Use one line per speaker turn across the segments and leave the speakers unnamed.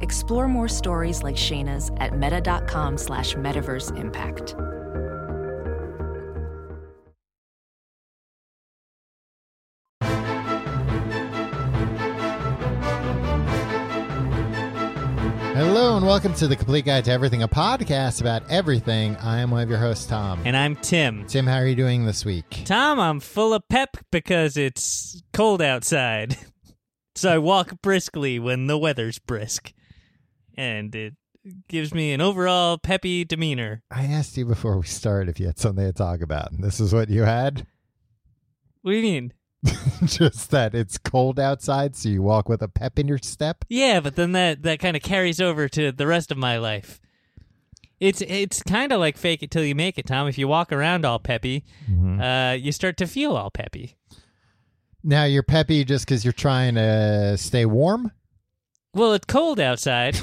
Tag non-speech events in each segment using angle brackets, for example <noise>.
Explore more stories like Shayna's at meta.com slash metaverse impact.
Hello and welcome to the Complete Guide to Everything, a podcast about everything. I am one of your hosts, Tom.
And I'm Tim.
Tim, how are you doing this week?
Tom, I'm full of pep because it's cold outside. <laughs> so I walk briskly when the weather's brisk. And it gives me an overall peppy demeanor.
I asked you before we started if you had something to talk about, and this is what you had. <laughs>
What do you mean?
Just that it's cold outside, so you walk with a pep in your step.
Yeah, but then that, that kind of carries over to the rest of my life. It's it's kind of like fake it till you make it, Tom. If you walk around all peppy, uh, you start to feel all peppy.
Now you're peppy just because you're trying to stay warm.
Well, it's cold outside,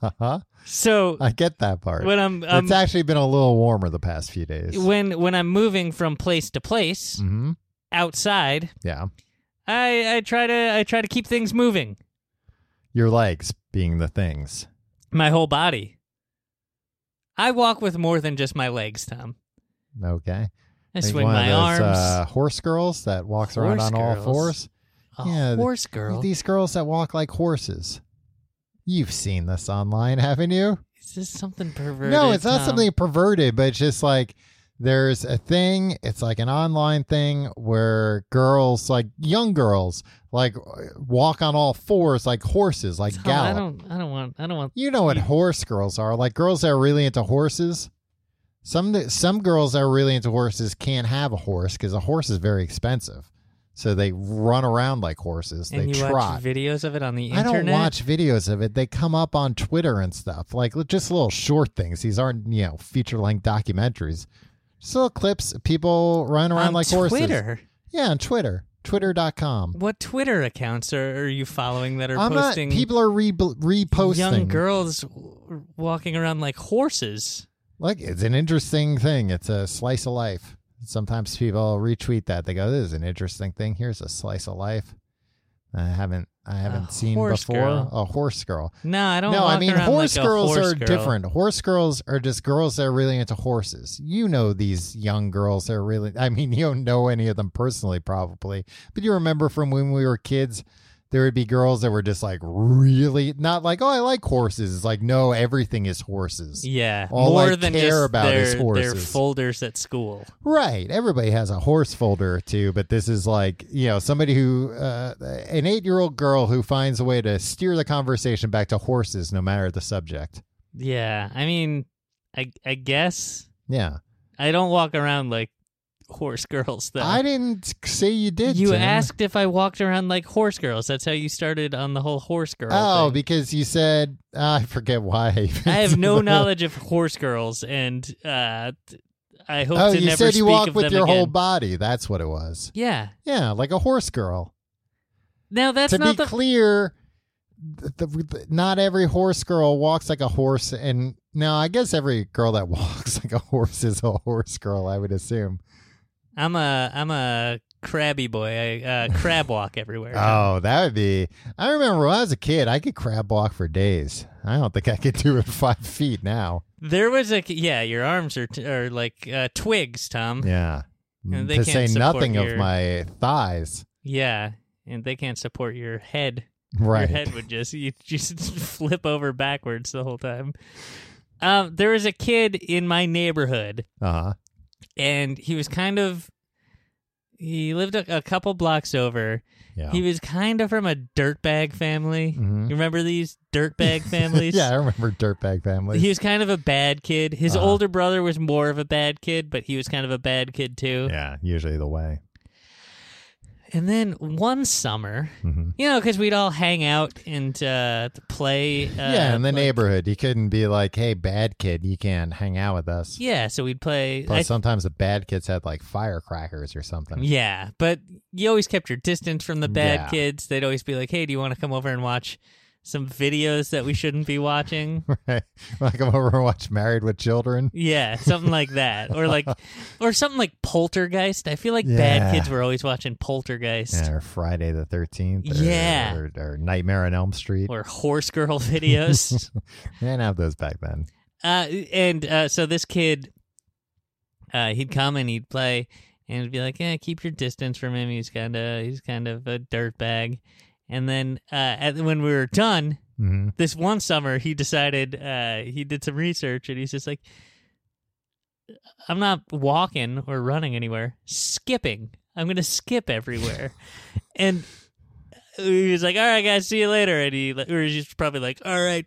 Uh-huh.
so
I get that part.
when I'm, I'm
it's actually been a little warmer the past few days.
when when I'm moving from place to place
hmm
outside,
Yeah,
I I try to I try to keep things moving.
your legs being the things.
My whole body. I walk with more than just my legs, Tom.
Okay.
I
Like
swing
one
my
of those,
arms.
Uh, horse girls that walks around
Horse
on all
girls?
fours.
A
yeah,
horse girl.
These girls that walk like horses. You've seen this online, haven't you?
Is this something perverted?
no, it's not
Tom?
something perverted, but it's just like there's a thing. It's like an online thing where girls, like young girls, like uh, walk on all fours like horses, like
Tom, Oh, I
gallop.
don't. I don't want. I don't want.
You know what horse girls are like? Girls that are really into horses. Some some girls that are really into horses can't have a horse because a horse is very expensive. So they run around like horses.
And
they
you
trot.
watch videos of it on the
I
internet.
don't watch videos of it. They come up on Twitter and stuff, like li- just little short things. These aren't you know feature length documentaries. Just little clips. of People running around
on
like
Twitter.
horses. Yeah, on Twitter. Twitter.com.
What Twitter accounts are, are you following that are
I'm not.
posting
People are re- reposting.
young girls w- walking around like horses?
Look, it's an interesting thing. It's a slice of life. Sometimes people retweet that. They go, "This is an interesting thing. Here's a slice of life." I haven't I haven't seen
horse
before
girl.
a horse girl.
No, I don't.
no,
walk
I mean
around
horse
like a
girls
horse
are
girl.
different. Horse girls are just girls that are really into horses. You know these young girls that are really I mean, <laughs> you don't know any of them personally probably. But you remember from when we were kids there would be girls that were just like really not like, "Oh, I like horses." It's like, "No, everything is horses."
Yeah,
All
more
I
than
care
just
about
their,
is
their
horses.
folders at school.
Right. Everybody has a horse folder or two, but this is like, you know, somebody who, uh, an eight year old girl who finds a way to steer the conversation back to horses no matter the subject.
Yeah, I mean, I I guess
Yeah.
I don't walk around like horse girls though.
I didn't say you did.
you
Tim.
asked if I walked around like horse girls. That's how you started on the whole horse girl.
Oh,
thing.
because you said, "Ah, I forget why.
I have no knowledge of horse girls, and uh, th- I hope
Oh,
to
you
never
said you
speak
walk
of
with
them
your whole
again.
body. That's what it was.
Yeah.
Yeah, like a horse girl.
Now that's
to be
not the
clear, th the, th- not every horse girl walks like a horse, and no, I guess every girl that <laughs> walks like a horse is a horse girl. I would assume.
I'm a I'm a crabby boy. I uh, crab walk everywhere.
Oh, that would be. I remember when I was a kid, I could crab walk for days. I don't think I could do it <laughs> five feet now.
There was a yeah. Your arms are t- are like uh, twigs, Tom.
Yeah,
<laughs>
Mm,
And they
to say
can't support
nothing
your-
of my thighs.
Yeah, and they can't support your head.
Right.
Your head would just you <laughs> just flip over backwards the whole time. Um, there was a kid in my neighborhood,
Uh huh.
and he was kind of he lived a, a couple blocks over.
Yeah.
He was kind of from a dirtbag family.
Mhm.
You remember these
<laughs>
dirtbag families?
yeah, I remember dirtbag families.
He was kind of a bad kid. His
Uh-huh.
older brother was more of a bad kid, but he was kind of a bad kid too.
yeah, usually the way.
And then one summer,
Mhm.
you know, because we'd all hang out and uh, play. Uh,
yeah, in the
like-
neighborhood, you couldn't be like, "Hey, bad kid, you can't hang out with us."
Yeah, so we'd play.
Plus,
I-
sometimes the bad kids had like firecrackers or something.
yeah, but you always kept your distance from the bad
Yeah.
kids. They'd always be like, "Hey, do you want to come over and watch some videos that we shouldn't be watching?"
<laughs> <laughs> Right? Like come over and watch Married with Children.
Yeah, something like that,
<laughs>
or like, or something like Poltergeist. I feel like bad
Yeah.
kids were always watching Poltergeist
Yeah, or Friday the 13th. Or,
Yeah.
Or, or Nightmare on Elm Street.
or Horse Girl
<laughs>
<laughs> videos.
They didn't have those back then.
uh, and uh, so this kid, uh, he'd come and he'd play, and he'd be like, "Yeah, keep your distance from him. He's kind of he's kind of a dirtbag." And then uh, at, when we were done
hmm
this one summer, he decided uh, he did some research, and he's just like, "I'm not walking or running anywhere. Skipping. I'm gonna skip everywhere." and uh, he was like, "All right, guys, see you later." And he or he's probably like, "All right."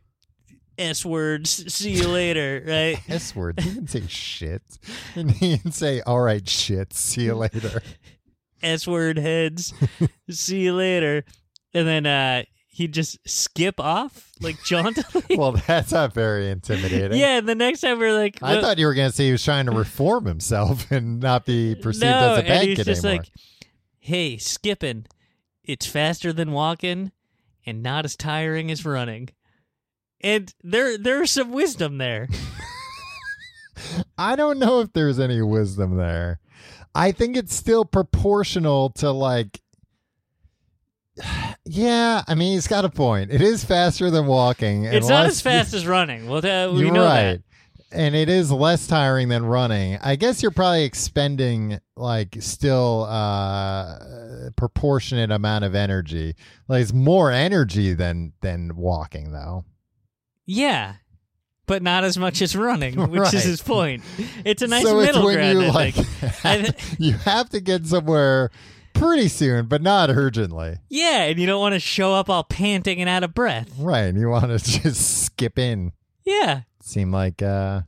S words. See you later, right?
S word. You can
<laughs>
say shit. <laughs> And you can say, all right, shit. See you
<laughs>
later.
S word heads. See you later. And then uh he'd just skip off like jauntily.
well, that's not very intimidating.
yeah, and the next time we're like
I
"Well,
thought you were going to say he was trying to reform himself and not be perceived
no,
as a bad
and he's
kid
just
anymore.
like, "Hey, skipping, it's faster than walking and not as tiring as running." And there there's some wisdom there.
I don't know if there's any wisdom there. I think it's still proportional to like <sighs> yeah, I mean he's got a point. It is faster than walking. <laughs> and
it's not
less-
as fast as running. Well, uh, we
You're
know
right. And it is less tiring than running. I guess you're probably expending like still uh proportionate amount of energy. Like it's more energy than than walking though.
that. Yeah. But not as much
<laughs>
as running, which
Right.
is his point.
<laughs>
It's a nice
so
middle
it's when
ground.
you
I
like <laughs>
think. <laughs> I thi-
you have to get somewhere pretty soon, but not urgently.
Yeah, and you don't want to show up all panting and out of breath.
Right. And you want to <laughs> just skip in.
Yeah.
Seem like uh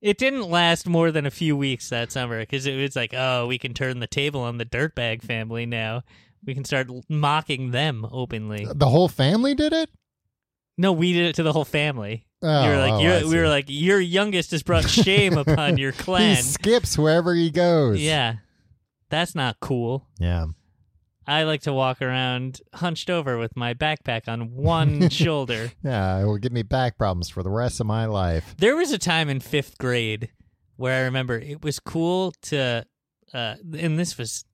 It didn't last more than a few weeks that summer because it was like, oh, we can turn the table on the dirtbag family now. We can start l- mocking them openly.
the whole family did it?
No, we did it to the whole family.
Oh,
you were like,
oh, I
you're, we
see.
were like, your youngest has brought shame
<laughs>
upon your
He
clan.
skips wherever he goes.
Yeah, that's not cool.
Yeah.
I like to walk around hunched over with my backpack
<laughs>
on one shoulder.
Yeah. It will give me back problems for the rest of my life.
There was a time in fifth grade where I remember it was cool to, uh, and this was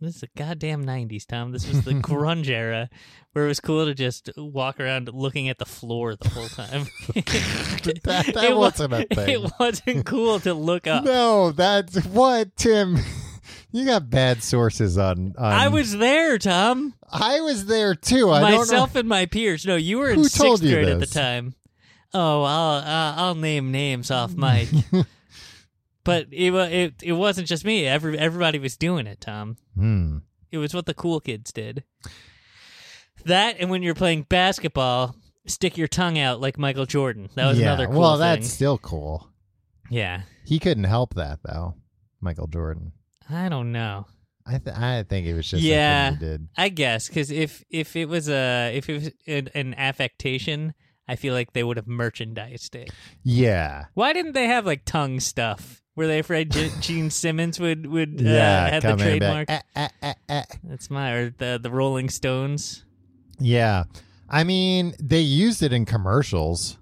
this is the goddamn nineties, Tom.
<laughs>
This was the grunge era where it was cool to just walk around looking at the floor the whole time.
<laughs> That, that
It wa-
wasn't a thing.
It wasn't cool to
<laughs>
look up.
no, that's what, Tim. <laughs> You got bad sources on, on.
I was there, Tom.
I was there too. I
Myself and my peers. No, you were in
Who
sixth
told you
grade at the
this?
time. Oh, I'll uh, I'll name names
<laughs>
off mic. but it, wa- it it wasn't just me. Every everybody was doing it, Tom.
don't know. Hmm.
It was what the cool kids did. That and when you're playing basketball, stick your tongue out like Michael Jordan. That was
yeah.
another cool
well,
thing.
that's still cool.
yeah.
He couldn't help that though, Michael Jordan.
I don't know.
I th- I think it was just
Yeah.
a thing he did.
I guess because if if it was a if it was an, an affectation, I feel like they would have merchandised it.
Yeah.
Why didn't they have like tongue stuff? Were they afraid
<laughs>
Ge- Gene Simmons would would uh, have the
come in
trademark?
back, "Eh, eh, eh, eh."
That's my or the the Rolling Stones.
Yeah. I mean, they used it in commercials.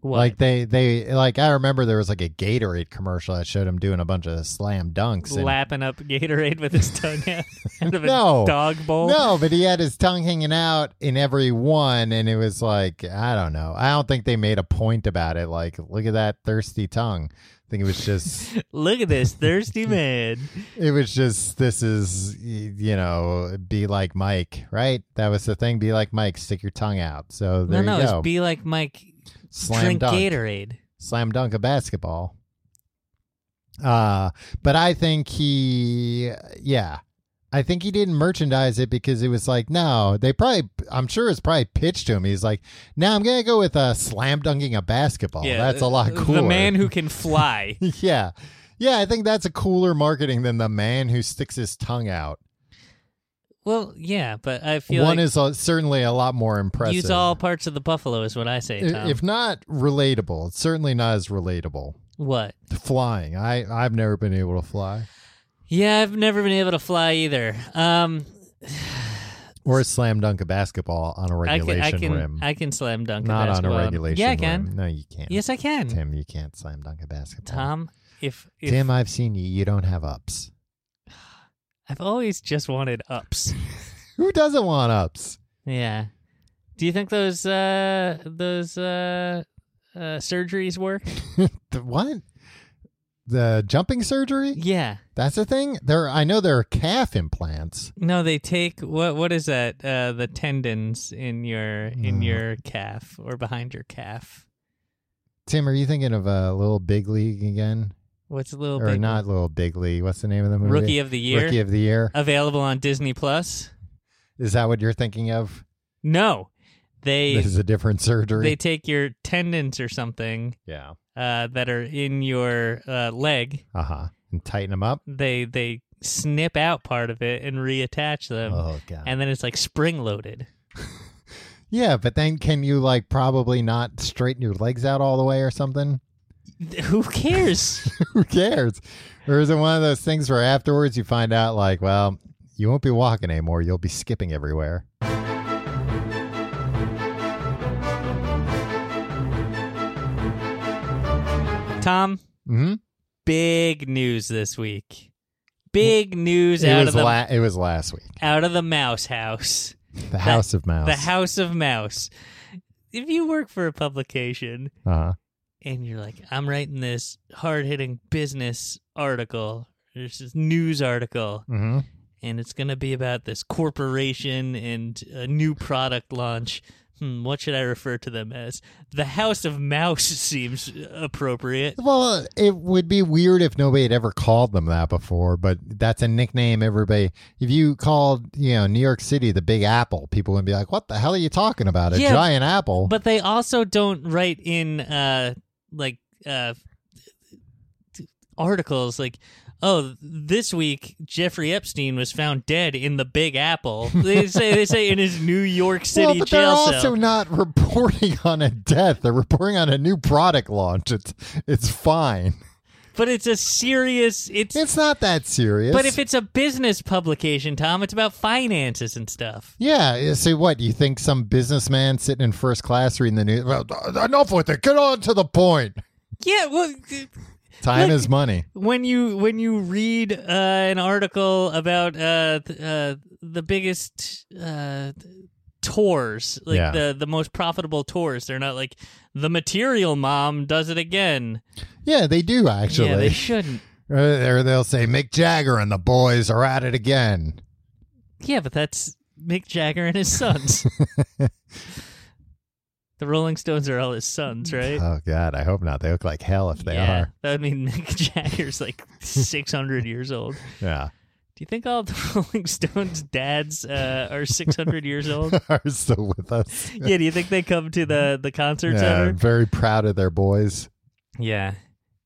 What?
Like they they like I remember there was like a Gatorade commercial that showed him doing a bunch of slam dunks. and-
lapping up Gatorade with his tongue <laughs> out, out of a
No.
dog bowl.
no, but he had his tongue hanging out in every one, and it was like I don't know. I don't think they made a point about it. Like, look at that thirsty tongue. I think it was just
Look at this
<laughs>
thirsty man.
It was just this is y- you know be like Mike, right? That was the thing. Be like Mike, stick your tongue out. So
no,
there
no,
you go.
it's be like Mike.
Slam
drink
dunk,
Gatorade.
slam dunk of basketball. Uh but I think he, yeah, I think he didn't merchandise it because it was like no, they probably, I'm sure it's probably pitched to him. He's like, now I'm gonna go with uh, slam dunking a basketball. Oh, that's a lot cooler.
The man
<laughs>
who can fly.
yeah. Yeah, I think that's a cooler marketing than the man who sticks his tongue out.
Well, yeah, but I feel
One
like
is uh, certainly a lot more impressive.
use all parts of the buffalo is what I say, Tom.
I- if not relatable, it's certainly not as relatable.
what?
Flying, I I've never been able to fly
Yeah, I've never been able to fly either. Um,
or slam dunk a basketball on a
I can,
regulation
I can,
rim.
I can slam dunk.
not
a
on a
basketball.
regulation.
Yeah, I can.
rim. No, you can't.
Yes, I can.
Tim, you can't slam dunk a basketball.
Tom, if, if
Tim, I've seen you. You don't have ups.
I've always just wanted ups. <laughs>
Who doesn't want ups?
yeah. Do you think those uh those uh, uh surgeries
<laughs>
work?
The what? The jumping surgery?
yeah.
That's a thing. There, I know there are calf implants.
No, they take what what is that? Uh, the tendons in your in your calf or behind your calf.
Tim, are you thinking of a uh, little big league again,
What's a little
or
bit
not little big league? What's the name of the movie?
rookie of the year
Rookie of the year.
available on Disney Plus?
Is that what you're thinking of?
No, they
This is a different surgery.
they take your tendons or something
yeah.
uh, that are in your uh, leg.
Uh huh. And tighten them up.
They they snip out part of it and reattach them,
oh god.
Um, and then it's like spring loaded.
yeah, but then can you like probably not straighten your legs out all the way or something?
<laughs>
<laughs>
Who cares?
Who cares? Or is it one of those things where afterwards you find out like, well, you won't be walking anymore. You'll be skipping everywhere.
Tom,
Hmm.
big news this week. Big news
It
out of
was
the
la- it was last week.
out of the mouse house.
The House of Mouse.
The House of Mouse. If you work for a publication
Uh-huh.
and you're like, I'm writing this hard hitting business article, this is news article,
Mm-hmm.
and it's going to be about this corporation and a new product launch. Hmm, what should I refer to them as? The House of Mouse <laughs> seems appropriate.
Well, it would be weird if nobody had ever called them that before, but that's a nickname everybody. If you called, you know, New York City the Big Apple, people would be like, "What the hell are you talking about? A
Yeah,
giant apple?"
But they also don't write in uh like uh articles like oh this week Jeffrey Epstein was found dead in the Big
<laughs>
Apple. They say they say in his New York City
well, but they're
jail
also
cell.
not <laughs> reporting on a death. They're reporting on a new product launch. It's it's fine.
But it's a serious it's,
It's not that serious.
but if it's a business publication, Tom, it's about finances and stuff.
yeah, so what? You think some businessman sitting in first class reading the news? Well, enough with it. Get on to the point.
Yeah, well
Time
Look-
is money.
when you when you read uh, an article about uh, th- uh, the biggest uh, th- tours, like
Yeah.
the the most profitable tours, they're not like the Material Mom does it again.
Yeah, they do actually.
Yeah, they shouldn't.
Or or they'll say Mick Jagger and the boys are at it again.
Yeah, but that's Mick Jagger and his sons. the Rolling Stones are all his sons, right?
Oh God, I hope not. They look like hell if they
yeah,
are.
that would mean <laughs> Mick Jagger's like six hundred years old.
Yeah, <laughs>
Do you think all the <laughs> Rolling Stones dads uh, are six hundred
<laughs>
years old?
are still with us.
yeah, do you think they come to the the concert
Yeah,
center?
very proud of their boys.
Yeah.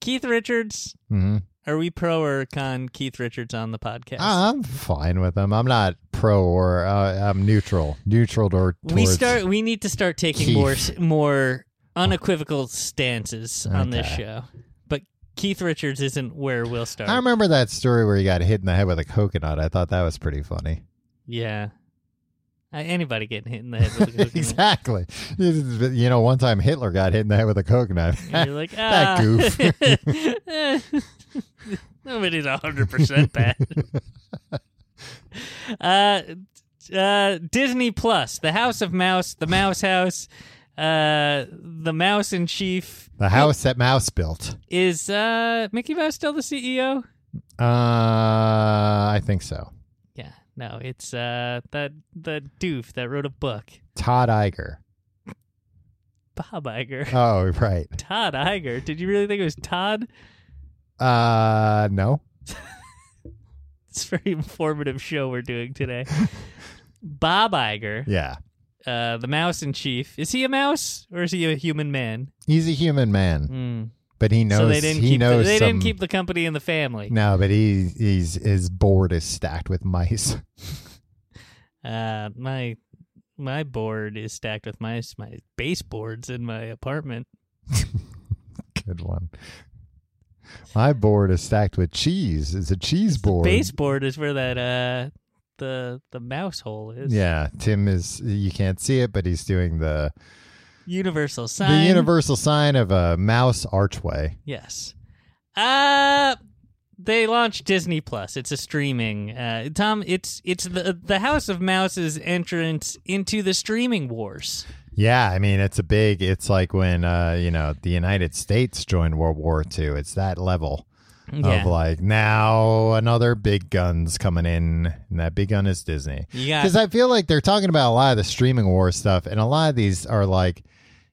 Keith Richards,
hmm
are we pro or con Keith Richards on the podcast?
Ah, I'm fine with them. I'm not pro or uh, I'm neutral. Neutral or
we start we need to start taking
Keith.
more s- more unequivocal stances on this
Okay.
show. But Keith Richards isn't where we'll start.
I remember that story where he got hit in the head with a coconut. I thought that was pretty funny.
yeah. Uh, anybody getting hit in the head with
<laughs>
a coconut.
exactly. You know, one time Hitler got hit in the head with a coconut.
And You're like, ah.
That
<laughs> goof. Nobody's 100% bad. uh, uh, Disney Plus, The House of Mouse, The Mouse House, uh, The Mouse in Chief.
<laughs> the house that Mouse built.
Is uh, Mickey Mouse still the E CEO?
Uh, I think so.
Yeah, no, it's uh, that, that doof that wrote a book,
Todd Iger.
Bob Iger. <laughs>
Oh, <laughs> right.
Todd Iger. Did you really think it was Todd?
Uh, no.
It's a very informative show we're doing today. Bob Iger.
Yeah.
uh, the mouse in chief. Is he a mouse or is he a human man?
He's a human man,
Mm.
but he knows.
so they didn't
he
keep
knows
the, they
some-
didn't keep the company in the family.
No, but he he's his board is stacked with mice.
Uh, my my board is stacked with my my baseboards in my apartment.
<laughs> Good one. My board is stacked with cheese. It's a cheese board.
Baseboard is where that uh the the mouse hole is.
Yeah, Tim is. You can't see it, but he's doing the
Universal sign.
the universal sign of a mouse archway.
Yes. Uh they launched Disney Plus. It's a streaming. Uh, Tom, it's it's the the House of Mouse's entrance into the streaming wars.
Yeah, I mean it's a big. It's like when uh, you know the United States joined World War II. It's that level
Yeah.
of like now another big gun's coming in, and that big gun is Disney.
You got-
Because I feel like they're talking about a lot of the streaming war stuff, and a lot of these are like,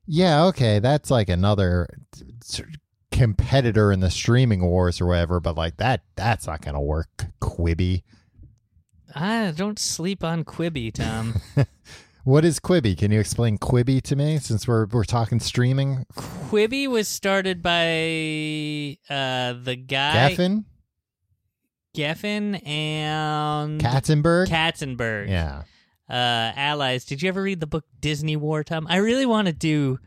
yeah, okay, that's like another t- t- competitor in the streaming wars or whatever, but like that, that's not gonna work. Quibi,
I Ah, don't sleep on
<laughs>
Quibi, Tom.
what is Quibi? Can you explain Quibi to me? Since we're we're talking streaming,
Quibi was started by uh the guy
Geffen,
Geffen and
Katzenberg,
Katzenberg.
yeah,
uh, allies. Did you ever read the book Disney War, Tom? I really want to do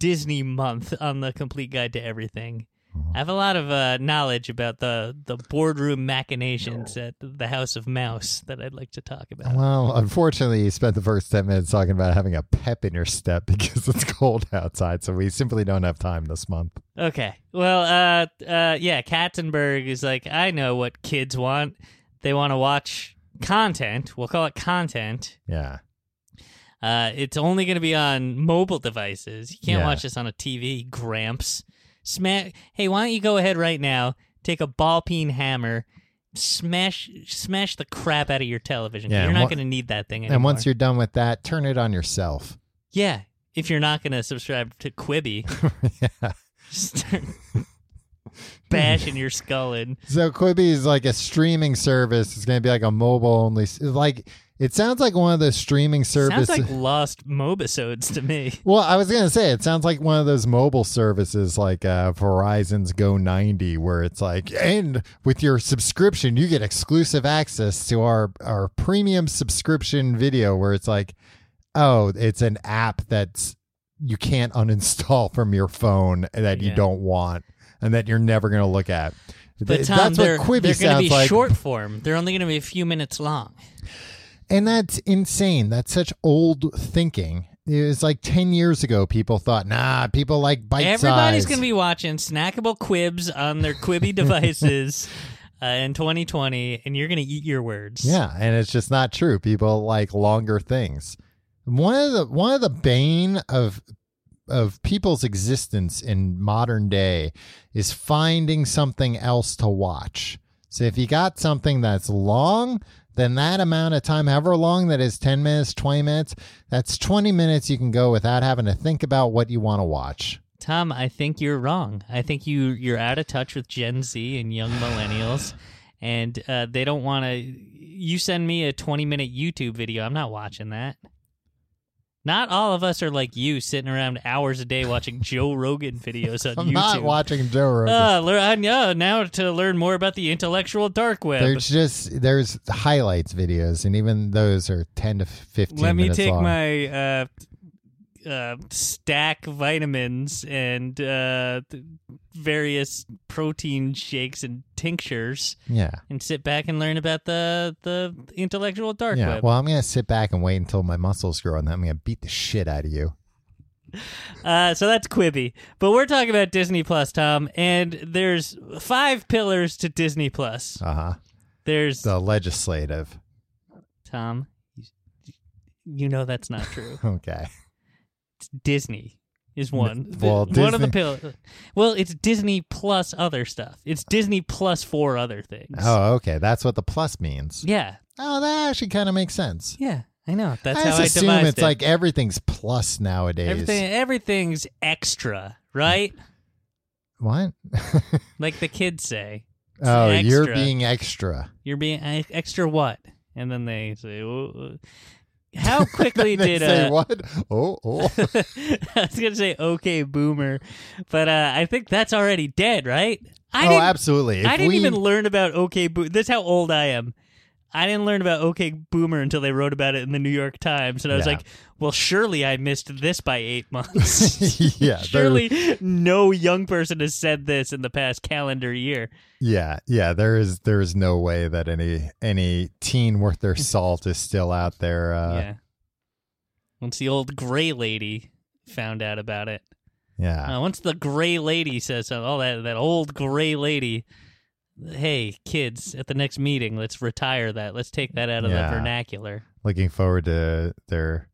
Disney Month on the Complete Guide to Everything.
Uh-huh.
I have a lot of uh, knowledge about the, the boardroom machinations at the House of Mouse that I'd like to talk about.
Well, unfortunately, you spent the first 10 minutes talking about having a pep in your step <laughs> because it's cold outside. So we simply don't have time this month.
Okay. Well, uh, uh, yeah, Katzenberg is like, I know what kids want. They want to watch content. We'll call it content.
Yeah.
Uh, it's only going to be on mobile devices. You can't
Yeah.
watch this on a TV, Gramps. Smash. Hey, why don't you go ahead right now? Take a ball peen hammer, smash, smash the crap out of your television. 'cause
Yeah,
you're
and
not
on-
going to need that thing anymore.
And once you're done with that, turn it on yourself.
yeah, if you're not going to subscribe
<laughs>
to Quibi, <laughs> start bashing your skull in.
So Quibi is like a streaming service. It's going to be like a mobile only. s- Like, it sounds like one of those streaming
Sounds
services.
like lost mobisodes to me.
well, I was gonna say it sounds like one of those mobile services like uh, Verizon's Go 90, where it's like, and with your subscription, you get exclusive access to our our premium subscription video, where it's like, oh, it's an app that's you can't uninstall <laughs> from your phone that you
Yeah.
don't want and that you're never gonna look at.
But
Th-
Tom,
that's
they're,
what Quibi
they're going to
sounds
be
like.
short form. They're only going to be a few minutes long.
And that's insane. That's such old thinking. It was like 10 years ago, people thought, nah, people like bite
Everybody's
size.
going to be watching snackable quibs on
<laughs>
their Quibi devices uh, in 2020, and you're going to eat your words.
Yeah, and it's just not true. People like longer things. One of the one of the bane of of people's existence in modern day is finding something else to watch. So if you got something that's long, then that amount of time, however long that is 10 minutes, 20 minutes, that's 20 minutes you can go without having to think about what you want to watch.
Tom, I think you're wrong. I think you you're out of touch with Gen Z and young millennials, and uh, they don't want to. You send me a 20 minute YouTube video. I'm not watching that. Not all of us are like you, sitting around hours a
<laughs>
day watching Joe Rogan videos on
I'm
YouTube.
not watching Joe Rogan.
Uh, lear- I know, now to learn more about the intellectual dark web.
There's just there's highlights videos, and even those are ten to fifteen.
Let me
minutes
take
long.
my uh, uh, stack vitamins and uh, th- various protein shakes and tinctures,
yeah.
and sit back and learn about the the intellectual dark
Yeah,
web.
well, I'm gonna sit back and wait until my muscles grow, and then I'm gonna beat the shit out of you.
Uh, so that's Quibi, but we're talking about Disney Plus, Tom. And there's five pillars to Disney Plus.
Uh huh.
There's
The legislative.
Tom. you- You know that's not true.
Okay.
<laughs> It's Disney is one.
well,
The- one of the
Disney-
pillars. Well, it's Disney plus other stuff. It's Disney plus four other things.
Oh, okay. That's what the plus means.
yeah,
Oh, that actually kind of makes sense.
yeah. I know. That's
I
how
just
I
assume
devised
it's
it.
like everything's plus nowadays.
everything. Everything's extra, right?
What?
Like the kids say, It's
oh,
extra.
you're being extra.
"You're being e- extra what?" And then they say, "Oh, uh,
<laughs>
"How quickly
They
did
say
uh,
what? Oh, oh.
<laughs> I was gonna say okay, boomer, but uh, I think that's already dead, right? <laughs> I
oh,
didn't
absolutely. If <laughs>
I didn't
we-
even learn about OK Boomer. That's how old I am. I didn't learn about OK Boomer until they wrote about it in the New York Times, and I was
Yeah.
like, "Well, surely I missed this by eight
<laughs>
months.
yeah,
<laughs>
they're-
surely no young person has said this in the past calendar year."
Yeah, yeah. There is there is no way that any any teen worth
<laughs>
their salt is still out there. Uh,
yeah. Once the old gray lady found out about it,
yeah.
Uh, once the gray lady says something, oh that that old gray lady. Hey kids, at the next meeting, let's retire that. Let's take that out of
Yeah.
the vernacular.
Looking forward to their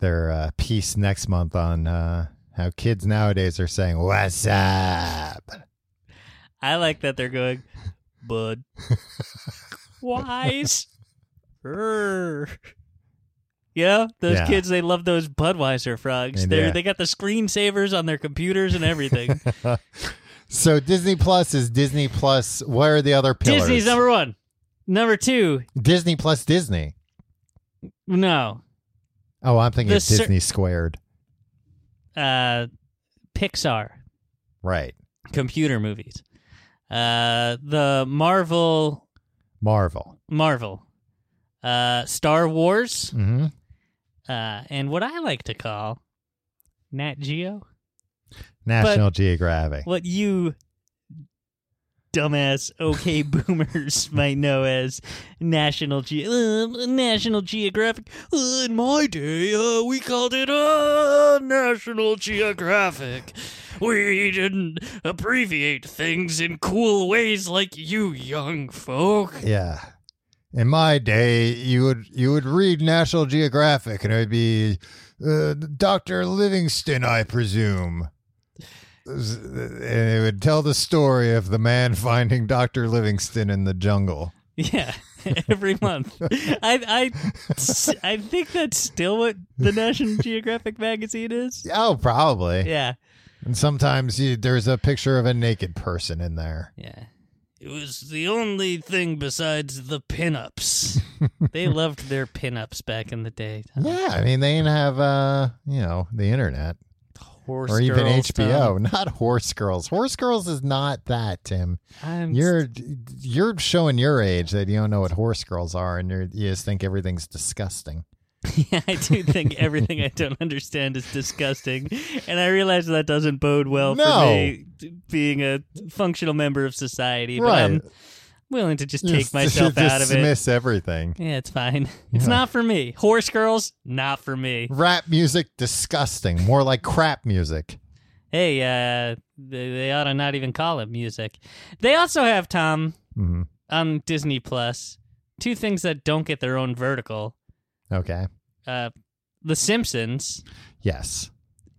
their uh, piece next month on uh, how kids nowadays are saying "What's
<laughs>
up."
I like that they're going, bud. Wise. Err. Yeah, those
Yeah.
kids, they love those Budweiser frogs.
And
They
yeah.
they got the screensavers on their computers and everything.
So Disney Plus is Disney Plus. What are the other <laughs> pillars?
Disney's number one. Number two,
Disney Plus Disney.
no.
Oh, I'm thinking
The
of
cer-
Disney squared.
Uh Pixar.
Right.
Computer movies. Uh the Marvel
Marvel.
Marvel. Uh Star Wars.
hmm
Uh and what I like to call Nat Geo.
National Geographic.
what you dumbass <laughs> okay boomers might know as National Ge- uh, National Geographic. Uh, in my day, uh, we called it uh, National Geographic. We didn't abbreviate things in cool ways like you young folk.
Yeah. In my day, you would you would read National Geographic, and it would be uh, Doctor Livingston, I presume, and it would tell the story of the man <laughs> finding Doctor Livingston in the jungle.
Yeah, <laughs> every month. I I s- I think that's still what the <laughs> National Geographic magazine is.
Oh, probably.
Yeah.
And sometimes you, there's a picture of a naked person in there.
Yeah. It was the only thing besides the
<laughs>
pinups. they loved their pinups back in the day.
Yeah, I mean they didn't have uh, you know, the internet
Horse
or even
girls, um,
HBO.
Tom.
<laughs> Not Horse Girls. Horse Girls is not that, Tim.
I'm
You're you're showing your age that you don't know what horse girls are, and you're, you just think everything's disgusting.
<laughs> yeah, I do think everything I don't understand is disgusting, and I realize that doesn't bode well for
No.
me t- being a functional member of society. But
Right.
I'm willing to just
<laughs> Just-
take myself
just
out of it.
dismiss everything.
Yeah, it's fine. It's not for me. Horse girls, not for me.
Rap music, disgusting. More like crap music.
Hey, uh, they, they ought to not even call it music. They also have Tom
hmm
on Um, Disney Plus. Two things that don't get their own vertical:
Okay.
uh, The Simpsons
Yes.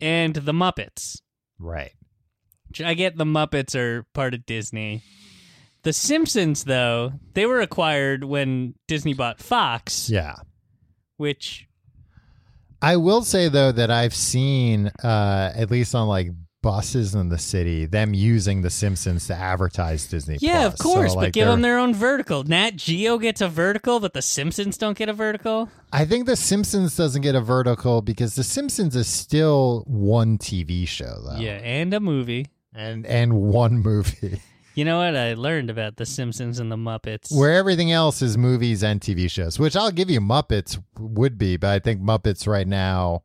and The Muppets.
Right.
Which I get the Muppets are part of Disney. The Simpsons, though, they were acquired when Disney bought Fox,
Yeah.
which
I will say though that I've seen, uh, at least on like buses in the city, them using The Simpsons to advertise Disney.
yeah, of
Plus. So,
course, but
like,
give
they're-
them their own vertical. Nat Geo gets a vertical, but The Simpsons don't get a vertical.
I think The Simpsons doesn't get a vertical because The Simpsons is still one TV show though.
Yeah, and a movie.
and and one
<laughs>
movie
You know what I learned about The Simpsons and the Muppets?
where everything else is movies and TV shows, which I'll give you Muppets would be, but I think Muppets right now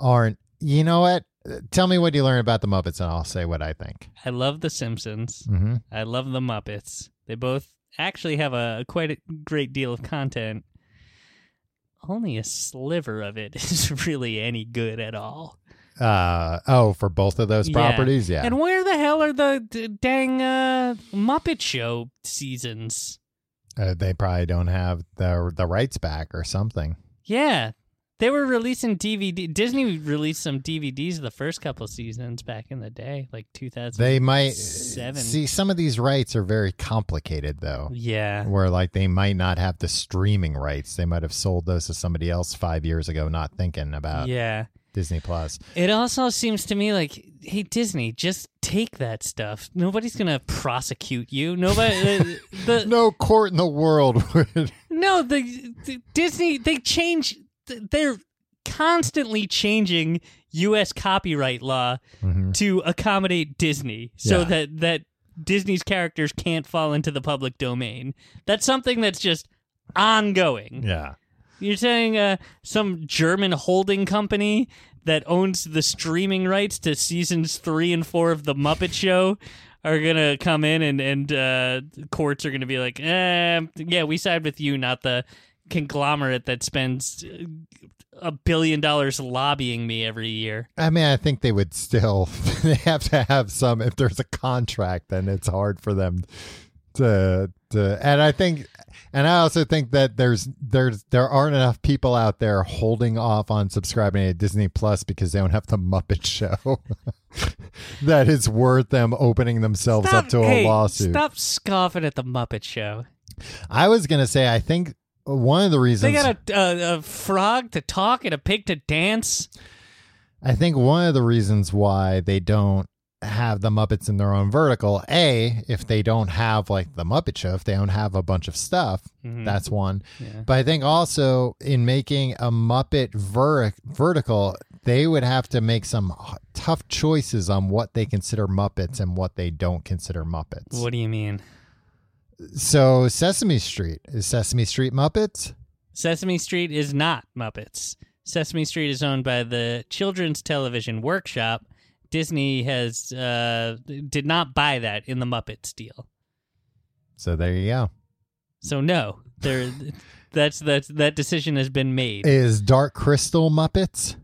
aren't. You know what? Tell me what you learn about the Muppets, and I'll say what I think.
I love The Simpsons.
hmm
I love the Muppets. They both actually have a quite a great deal of content. Only a sliver of it <laughs> is really any good at all.
Uh, oh, for both of those
Yeah.
properties, yeah.
And where the hell are the d- dang uh, Muppet Show seasons?
Uh, they probably don't have the the rights back or something.
Yeah. They were releasing DVD. Disney released some DVDs the first couple seasons back in the day, like 2000.
They might
Seven.
see some of these rights are very complicated though.
yeah.
Where like they might not have the streaming rights. They might have sold those to somebody else five years ago, not thinking about
yeah.
Disney Plus.
It also seems to me like, hey Disney, just take that stuff. Nobody's gonna prosecute you. Nobody.
<laughs>
the, the, no,
no court in the world <laughs> would.
the, the Disney they change. They're constantly changing U.S. copyright law
Mm-hmm.
to accommodate Disney, so
Yeah.
that that Disney's characters can't fall into the public domain. That's something that's just ongoing.
Yeah.
You're saying uh, some German holding company that owns the streaming rights to seasons three and four of The Muppet Show are going to come in and, and uh, courts are going to be like, eh, yeah, we side with you, not the conglomerate that spends uh, a billion dollars lobbying me every year.
I mean, I think they would still <laughs> they have to have some. If there's a contract, then it's hard for them to to. And I think, and I also think that there's there's there aren't enough people out there holding off on subscribing to Disney Plus because they don't have the Muppet Show. <laughs> that is worth them opening themselves up to a
hey,
lawsuit.
Stop scoffing at The Muppet Show.
I was gonna say, I think one of the reasons
They got a, a, a frog to talk and a pig to dance.
I think one of the reasons why they don't have the Muppets in their own vertical, A, if they don't have like the Muppet Show, if they don't have a bunch of stuff, that's one. But I think also in making a Muppet ver- vertical, they would have to make some h- tough choices on what they consider Muppets and what they don't consider Muppets.
What do you mean?
So Sesame Street is Sesame Street Muppets?
Sesame Street is not Muppets. Sesame Street is owned by the Children's Television Workshop. Disney has uh, did not buy that in the Muppets deal.
So there you go.
So no,
<laughs>
there that's that's that decision has been made.
Is Dark Crystal Muppets?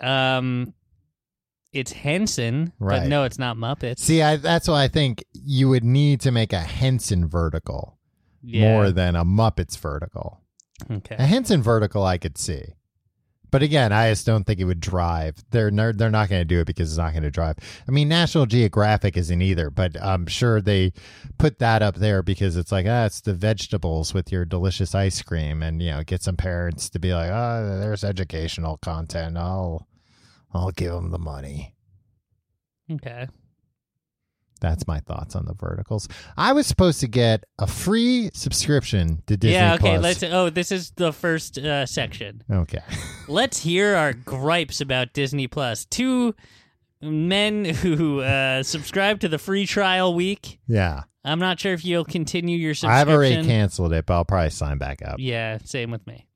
Um it's Henson,
Right.
but no, it's not Muppets.
See, I, that's why I think you would need to make a Henson vertical
Yeah.
more than a Muppets vertical. A
okay.
Henson vertical, I could see, but again, I just don't think it would drive. They're ner- they're not going to do it because it's not going to drive. I mean, National Geographic isn't either, but I'm sure they put that up there because it's like ah, it's the vegetables with your delicious ice cream, and you know, get some parents to be like, oh, there's educational content. I'll I'll give them the money.
Okay.
That's my thoughts on the verticals. I was supposed to get a free subscription to Disney
yeah, okay,
Plus.
let's oh, this is the first uh, section.
okay. <laughs>
Let's hear our gripes about Disney Plus. Two men <laughs> who uh, subscribe to the free trial week.
yeah.
I'm not sure if you'll continue your
I've
subscription.
already canceled it, but I'll probably sign back up.
Yeah, same with me.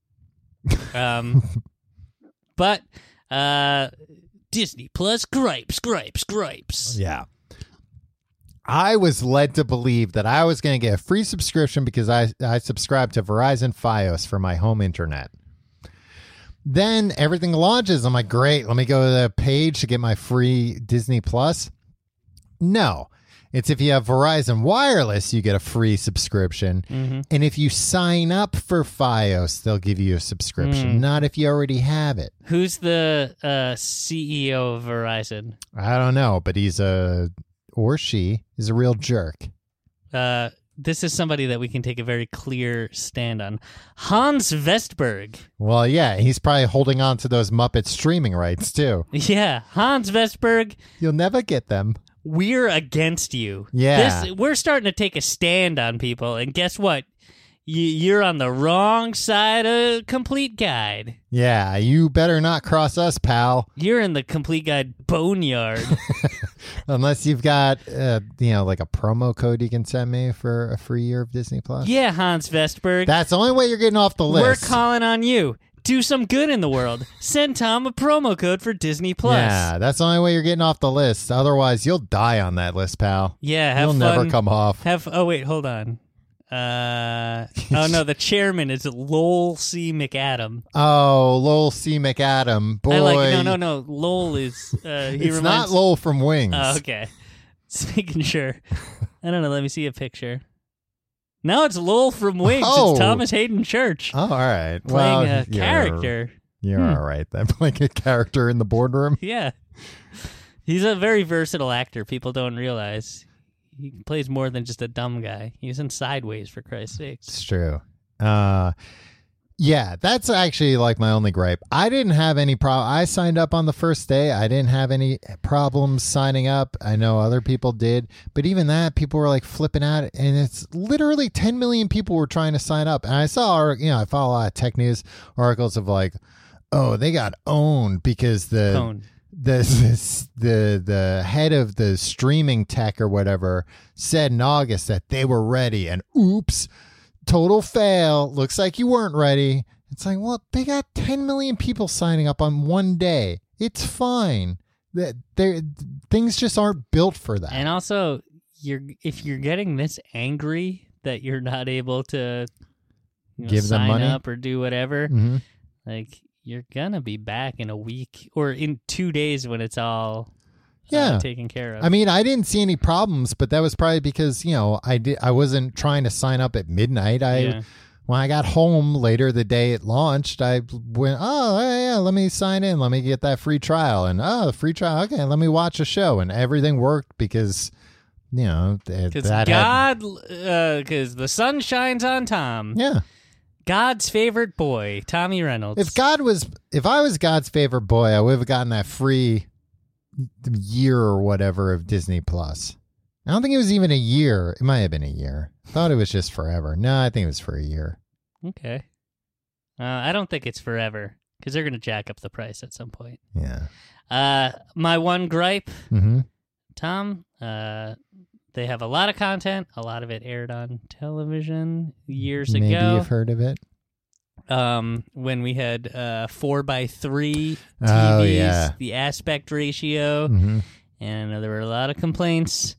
Um, but uh, Disney Plus gripes, gripes, gripes.
Yeah. I was led to believe that I was going to get a free subscription because I, I subscribed to Verizon Fios for my home internet. Then everything launches. I'm like, great, let me go to the page to get my free Disney Plus. No, it's if you have Verizon Wireless, you get a free subscription. And if you sign up for Fios, they'll give you a subscription, not if you already have it.
Who's the uh, CEO of Verizon?
I don't know, but he's a or she is a real jerk.
Uh, this is somebody that we can take a very clear stand on. Hans Vestberg. <laughs>
Well, yeah, he's probably holding on to those Muppet streaming rights too.
Yeah, Hans Vestberg.
You'll never get them.
we're against you.
Yeah.
This, we're starting to take a stand on people, and guess what? You, you're on the wrong side of Complete Guide.
Yeah, you better not cross us, pal,
You're in the Complete Guide
<laughs>
boneyard.
unless you've got uh, you know like a promo code you can send me for a free year of Disney Plus.
yeah, Hans Vestberg.
That's the only way you're getting off the
we're
list.
calling on you. Do some good in the world. Send Tom a promo code for Disney Plus.
Yeah, that's the only way you're getting off the list. Otherwise, you'll die on that list, pal.
Yeah, have
you'll
fun.
never come off.
Have oh wait, hold on. Uh, oh
<laughs>
no, the chairman is Lowell C. McAdam.
Oh, Lowell C. McAdam, boy.
I like no no no. Lowell is uh, he
it's
reminds
not Lowell from Wings.
Oh, okay. <laughs> Just making sure. I don't know. Let me see a picture. No, it's Lowell from Wings.
Oh.
It's Thomas Hayden Church
Oh, all right. well,
playing a
you're-
character.
You're all right. Then <laughs> playing a character in the boardroom.
Yeah. He's a very versatile actor. People don't realize. He plays more than just a dumb guy. He was in Sideways, for Christ's sakes.
It's true. Uh, yeah, that's actually like my only gripe. I didn't have any problem. I signed up on the first day. I didn't have any problems signing up. I know other people did, but even that, people were like flipping out, and it's literally 10 million people were trying to sign up. And I saw, ar- you know, I follow a lot of tech news articles of like, oh, they got owned because the
Cone.
the this- the <laughs> the head of the streaming tech or whatever said in August that they were ready, and oops, total fail. Looks like you weren't ready. It's like, well, they got 10 million people signing up on one day. It's fine. That they things just aren't built for that.
And also, you're if you're getting this angry that you're not able to you know,
Give them
sign
money?
up or do whatever,
Mhm.
like you're gonna be back in a week or in two days when it's all uh,
Yeah.
taken care of.
I mean, I didn't see any problems, but that was probably because you know I did. I wasn't trying to sign up at midnight. I
Yeah.
when I got home later the day it launched, I went, oh yeah, yeah, let me sign in, let me get that free trial, and oh, the free trial, okay, let me watch a show, and everything worked because you know th-
because
that had,
God, because the sun shines on Tom,
yeah.
God's favorite boy, Tommy Reynolds.
If God was, if I was God's favorite boy, I would have gotten that free year or whatever of Disney Plus. I don't think it was even a year. It might have been a year. I thought it was just forever. No, I think it was for a year.
okay, uh, I don't think it's forever because they're gonna jack up the price at some point.
Yeah.
Uh, my one gripe,
Mm-hmm.
Tom, uh, they have a lot of content. A lot of it aired on television years
Maybe
ago.
you've heard of it.
um, when we had uh, four by three
Oh,
TVs,
yeah.
the aspect ratio,
Mm-hmm.
and I know there were a lot of complaints.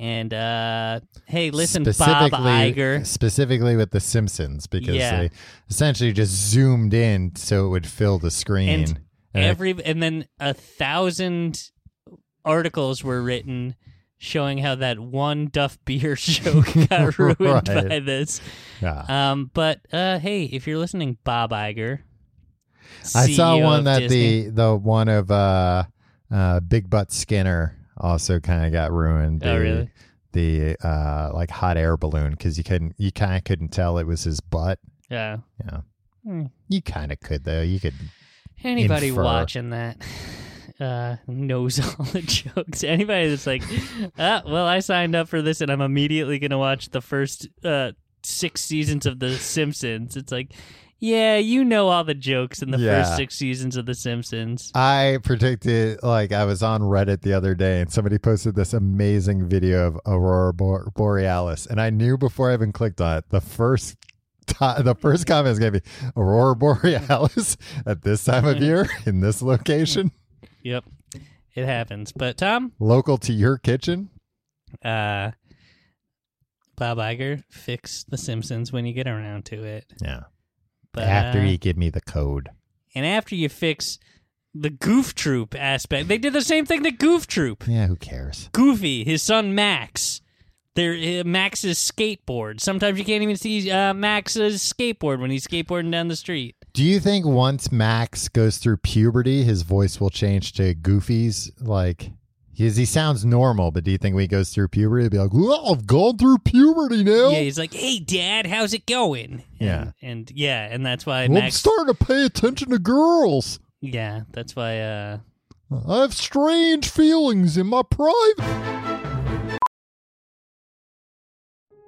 And uh, hey, listen,
specifically,
Bob Iger.
Specifically with The Simpsons because
Yeah.
they essentially just zoomed in so it would fill the screen.
And
And it-
Every and then a thousand articles were written showing how that one Duff Beer <laughs> joke got ruined
<laughs> Right.
by this.
yeah.
Um, but uh, hey, if you're listening, Bob Iger,
I saw
CEO
one
E of
that
Disney.
the the one of uh, uh, Big Butt Skinner also kind of got ruined.
Oh,
the,
really?
The uh, like hot air balloon because you couldn't you kind of couldn't tell it was his butt.
yeah
Yeah,
Hmm.
you kind of could though. You could.
anybody
Infer.
watching that <laughs> uh, knows all the <laughs> jokes. Anybody that's like, ah, well, I signed up for this and I'm immediately gonna watch the first uh, six seasons of The Simpsons. It's like, yeah, you know all the jokes in the
Yeah.
first six seasons of The Simpsons.
I predicted like I was on Reddit the other day and somebody posted this amazing video of aurora Bo- borealis and I knew before I even clicked on it the first. ti- The first comment is going to be Aurora Borealis <laughs> at this time of year in this location.
Yep, it happens. But Tom,
local to your kitchen.
uh Bob Iger, fix The Simpsons when you get around to it.
Yeah.
But,
After
uh,
you give me the code.
and after you fix the Goof Troop aspect, they did the same thing to Goof Troop.
Yeah, who cares?
Goofy, his son Max, their uh, Max's skateboard. Sometimes you can't even see uh, Max's skateboard when he's skateboarding down the street.
Do you think once Max goes through puberty, his voice will change to Goofy's? Like, his, he sounds normal, but do you think when he goes through puberty, he'll be like, well, I've gone through puberty now.
Yeah, he's like, "Hey, Dad, how's it going?" And,
Yeah.
and yeah, and that's why
Well, I'm
Max.
starting to pay attention to girls.
yeah, that's why. uh
I have strange feelings in my private.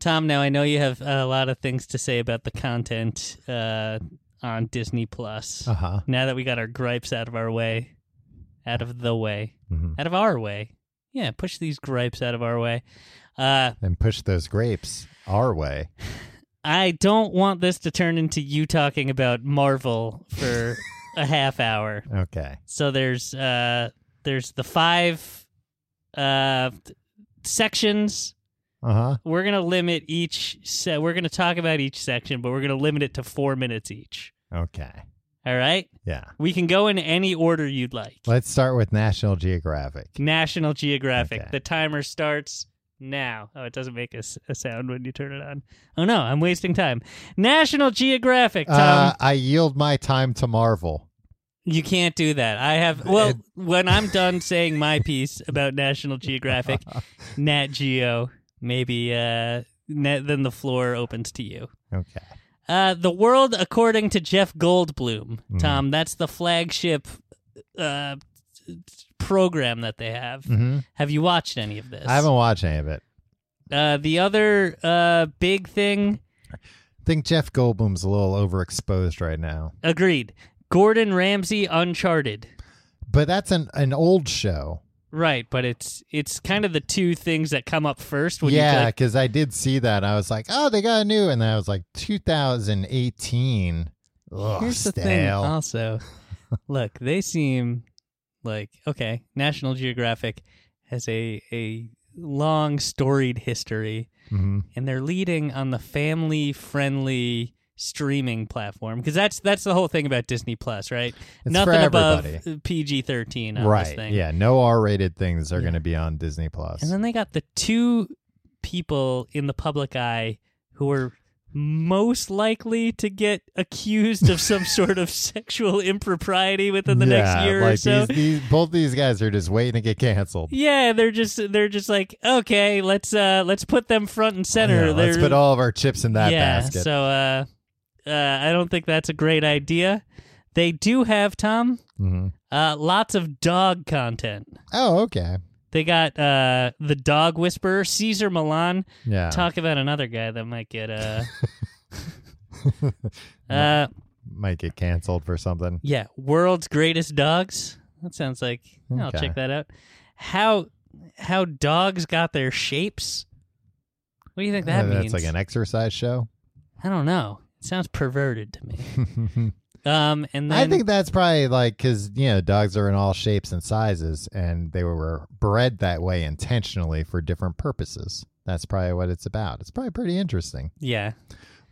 Tom, now I know you have a lot of things to say about the content uh, on Disney Plus.
Uh huh.
Now that we got our gripes out of our way, out of the way,
Mhm.
out of our way. Yeah, push these gripes out of our way. Uh,
And push those grapes our way.
I don't want this to turn into you talking about Marvel
<laughs>
for a half hour.
Okay.
So there's uh, there's the five uh, sections
Uh huh.
we're gonna limit each set. We're gonna talk about each section, but we're gonna limit it to four minutes each.
Okay.
All right,
Yeah.
we can go in any order you'd like.
Let's start with National Geographic.
National Geographic.
Okay.
The timer starts now. Oh, it doesn't make a, s- a sound when you turn it on. Oh no, I'm wasting time. National Geographic. Tom,
Uh, I yield my time to Marvel.
you can't do that. I have. Well,
It- <laughs>
when I'm done saying my piece about National Geographic, Nat Geo maybe uh, ne- then the floor opens to you.
Okay.
Uh, the world according to Jeff Goldblum,
Hmm.
Tom. That's the flagship uh, program that they have.
hmm
Have you watched any of this?
I haven't watched any of it.
Uh, the other uh, big thing,
think Jeff Goldblum's a little overexposed right now.
agreed. Gordon Ramsay, Uncharted.
But that's an an old show.
Right, but it's it's kind of the two things that come up first when you
yeah,
click.
because I did see that. I was like, oh, they got a new, and then I was like, 2018. Ugh,
Here's the
Oh, stale.
thing. uh, Also, look, they seem like okay. National Geographic has a a long storied history,
Mhm.
and they're leading on the family friendly streaming platform because that's that's the whole thing about Disney Plus, right?
for
Nothing
everybody.
above PG thirteen on this
Right.
thing.
Yeah. No R rated things are
Yeah.
going to be on Disney Plus.
And then they got the two people in the public eye who are most likely to get accused of some
<laughs>
sort of sexual impropriety within the next
Yeah,
year
like
or so.
These, these, both these guys are just waiting to get canceled.
Yeah, they're just they're just like, okay, let's uh let's put them front and center.
Yeah, let's
They're-
put all of our chips in that
yeah,
basket.
So uh uh I don't think that's a great idea. They do have, Tom,
Mhm.
uh lots of dog content.
Oh, okay.
They got uh the dog whisperer, Caesar Milan.
Yeah.
Talk about another guy that might get
<laughs>
uh <laughs> uh
Might get canceled for something.
yeah, world's greatest dogs. That sounds like yeah, I'll
Okay.
check that out. How how dogs got their shapes? What do you think that
Uh,
means?
That's like an exercise show.
I don't know. It sounds perverted to me.
<laughs>
um and then
I think that's probably like because you know dogs are in all shapes and sizes, and they were bred that way intentionally for different purposes. That's probably what it's about. It's probably pretty interesting.
yeah.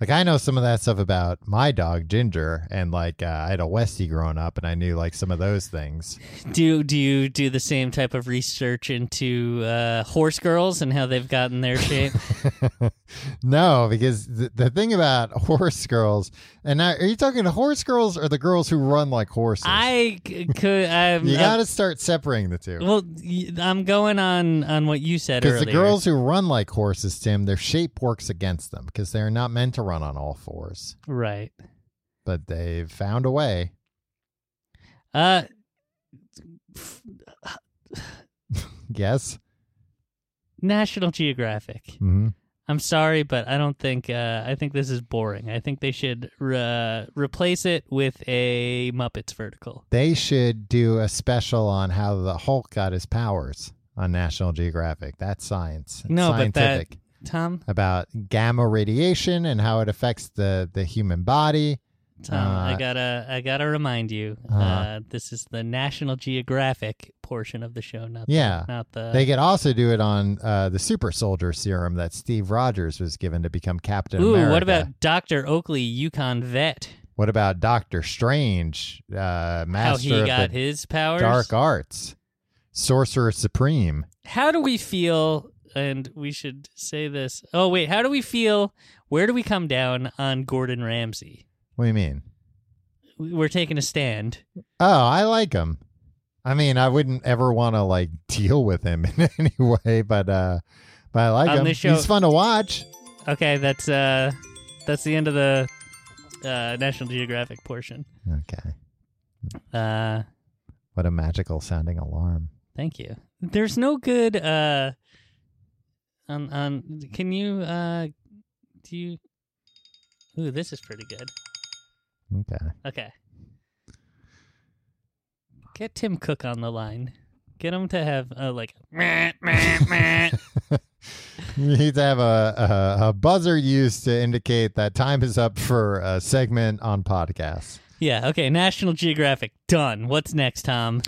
Like I know some of that stuff about my dog Ginger, and like uh, I had a Westie growing up, and I knew like some of those things.
Do do you do the same type of research into uh horse girls and how they've gotten their
<laughs>
shape?
no, because the, the thing about <laughs> horse girls, and now, are you talking to horse girls or the girls who run like horses?
I c- could I'm
you
I'm-
got to start separating the two.
Well, y- I'm going on on what you said
Because
earlier.
the girls who run like horses, Tim, their shape works against them because they're not meant to run on all fours.
right?
But they've found a way. <laughs>
Uh,
Yes.
National Geographic.
Mm-hmm.
I'm sorry, but I don't think uh, I think this is boring. I think they should re- replace it with a Muppets vertical.
They should do a special on how the Hulk got his powers on National Geographic. That's science. It's
No, but that
scientific.
Tom,
About gamma radiation and how it affects the, the human body.
Tom, I
Uh,
gotta I gotta remind you, uh,
Uh-huh.
this is the National Geographic portion of the show, not
Yeah.
the, not the
They could also do it on uh, the super soldier serum that Steve Rogers was given to become Captain
Ooh,
America.
what about Doctor Oakley, Yukon vet?
What about Doctor Strange, uh,
How
master
he
of
got
the
his powers?
dark arts, sorcerer supreme?
how do we feel and we should say this oh wait how do we feel where do we come down on gordon ramsay
What do you mean?
we're taking a stand
Oh, I like him. I mean, I wouldn't ever want to like <laughs> deal with him in any way, but uh, but I like
On
him.
this show-
He's fun to watch.
okay that's uh that's the end of the uh national geographic portion
Okay,
uh
what a magical sounding alarm.
thank you there's no good uh on on can you uh do you ooh this is pretty good
Okay, <laughs>
Okay. Get Tim Cook on the line. Get him to have uh, like meh, meh, meh.
you need to have a, a a buzzer used to indicate that time is up for a segment on podcasts.
yeah. Okay. National Geographic done. What's next, Tom?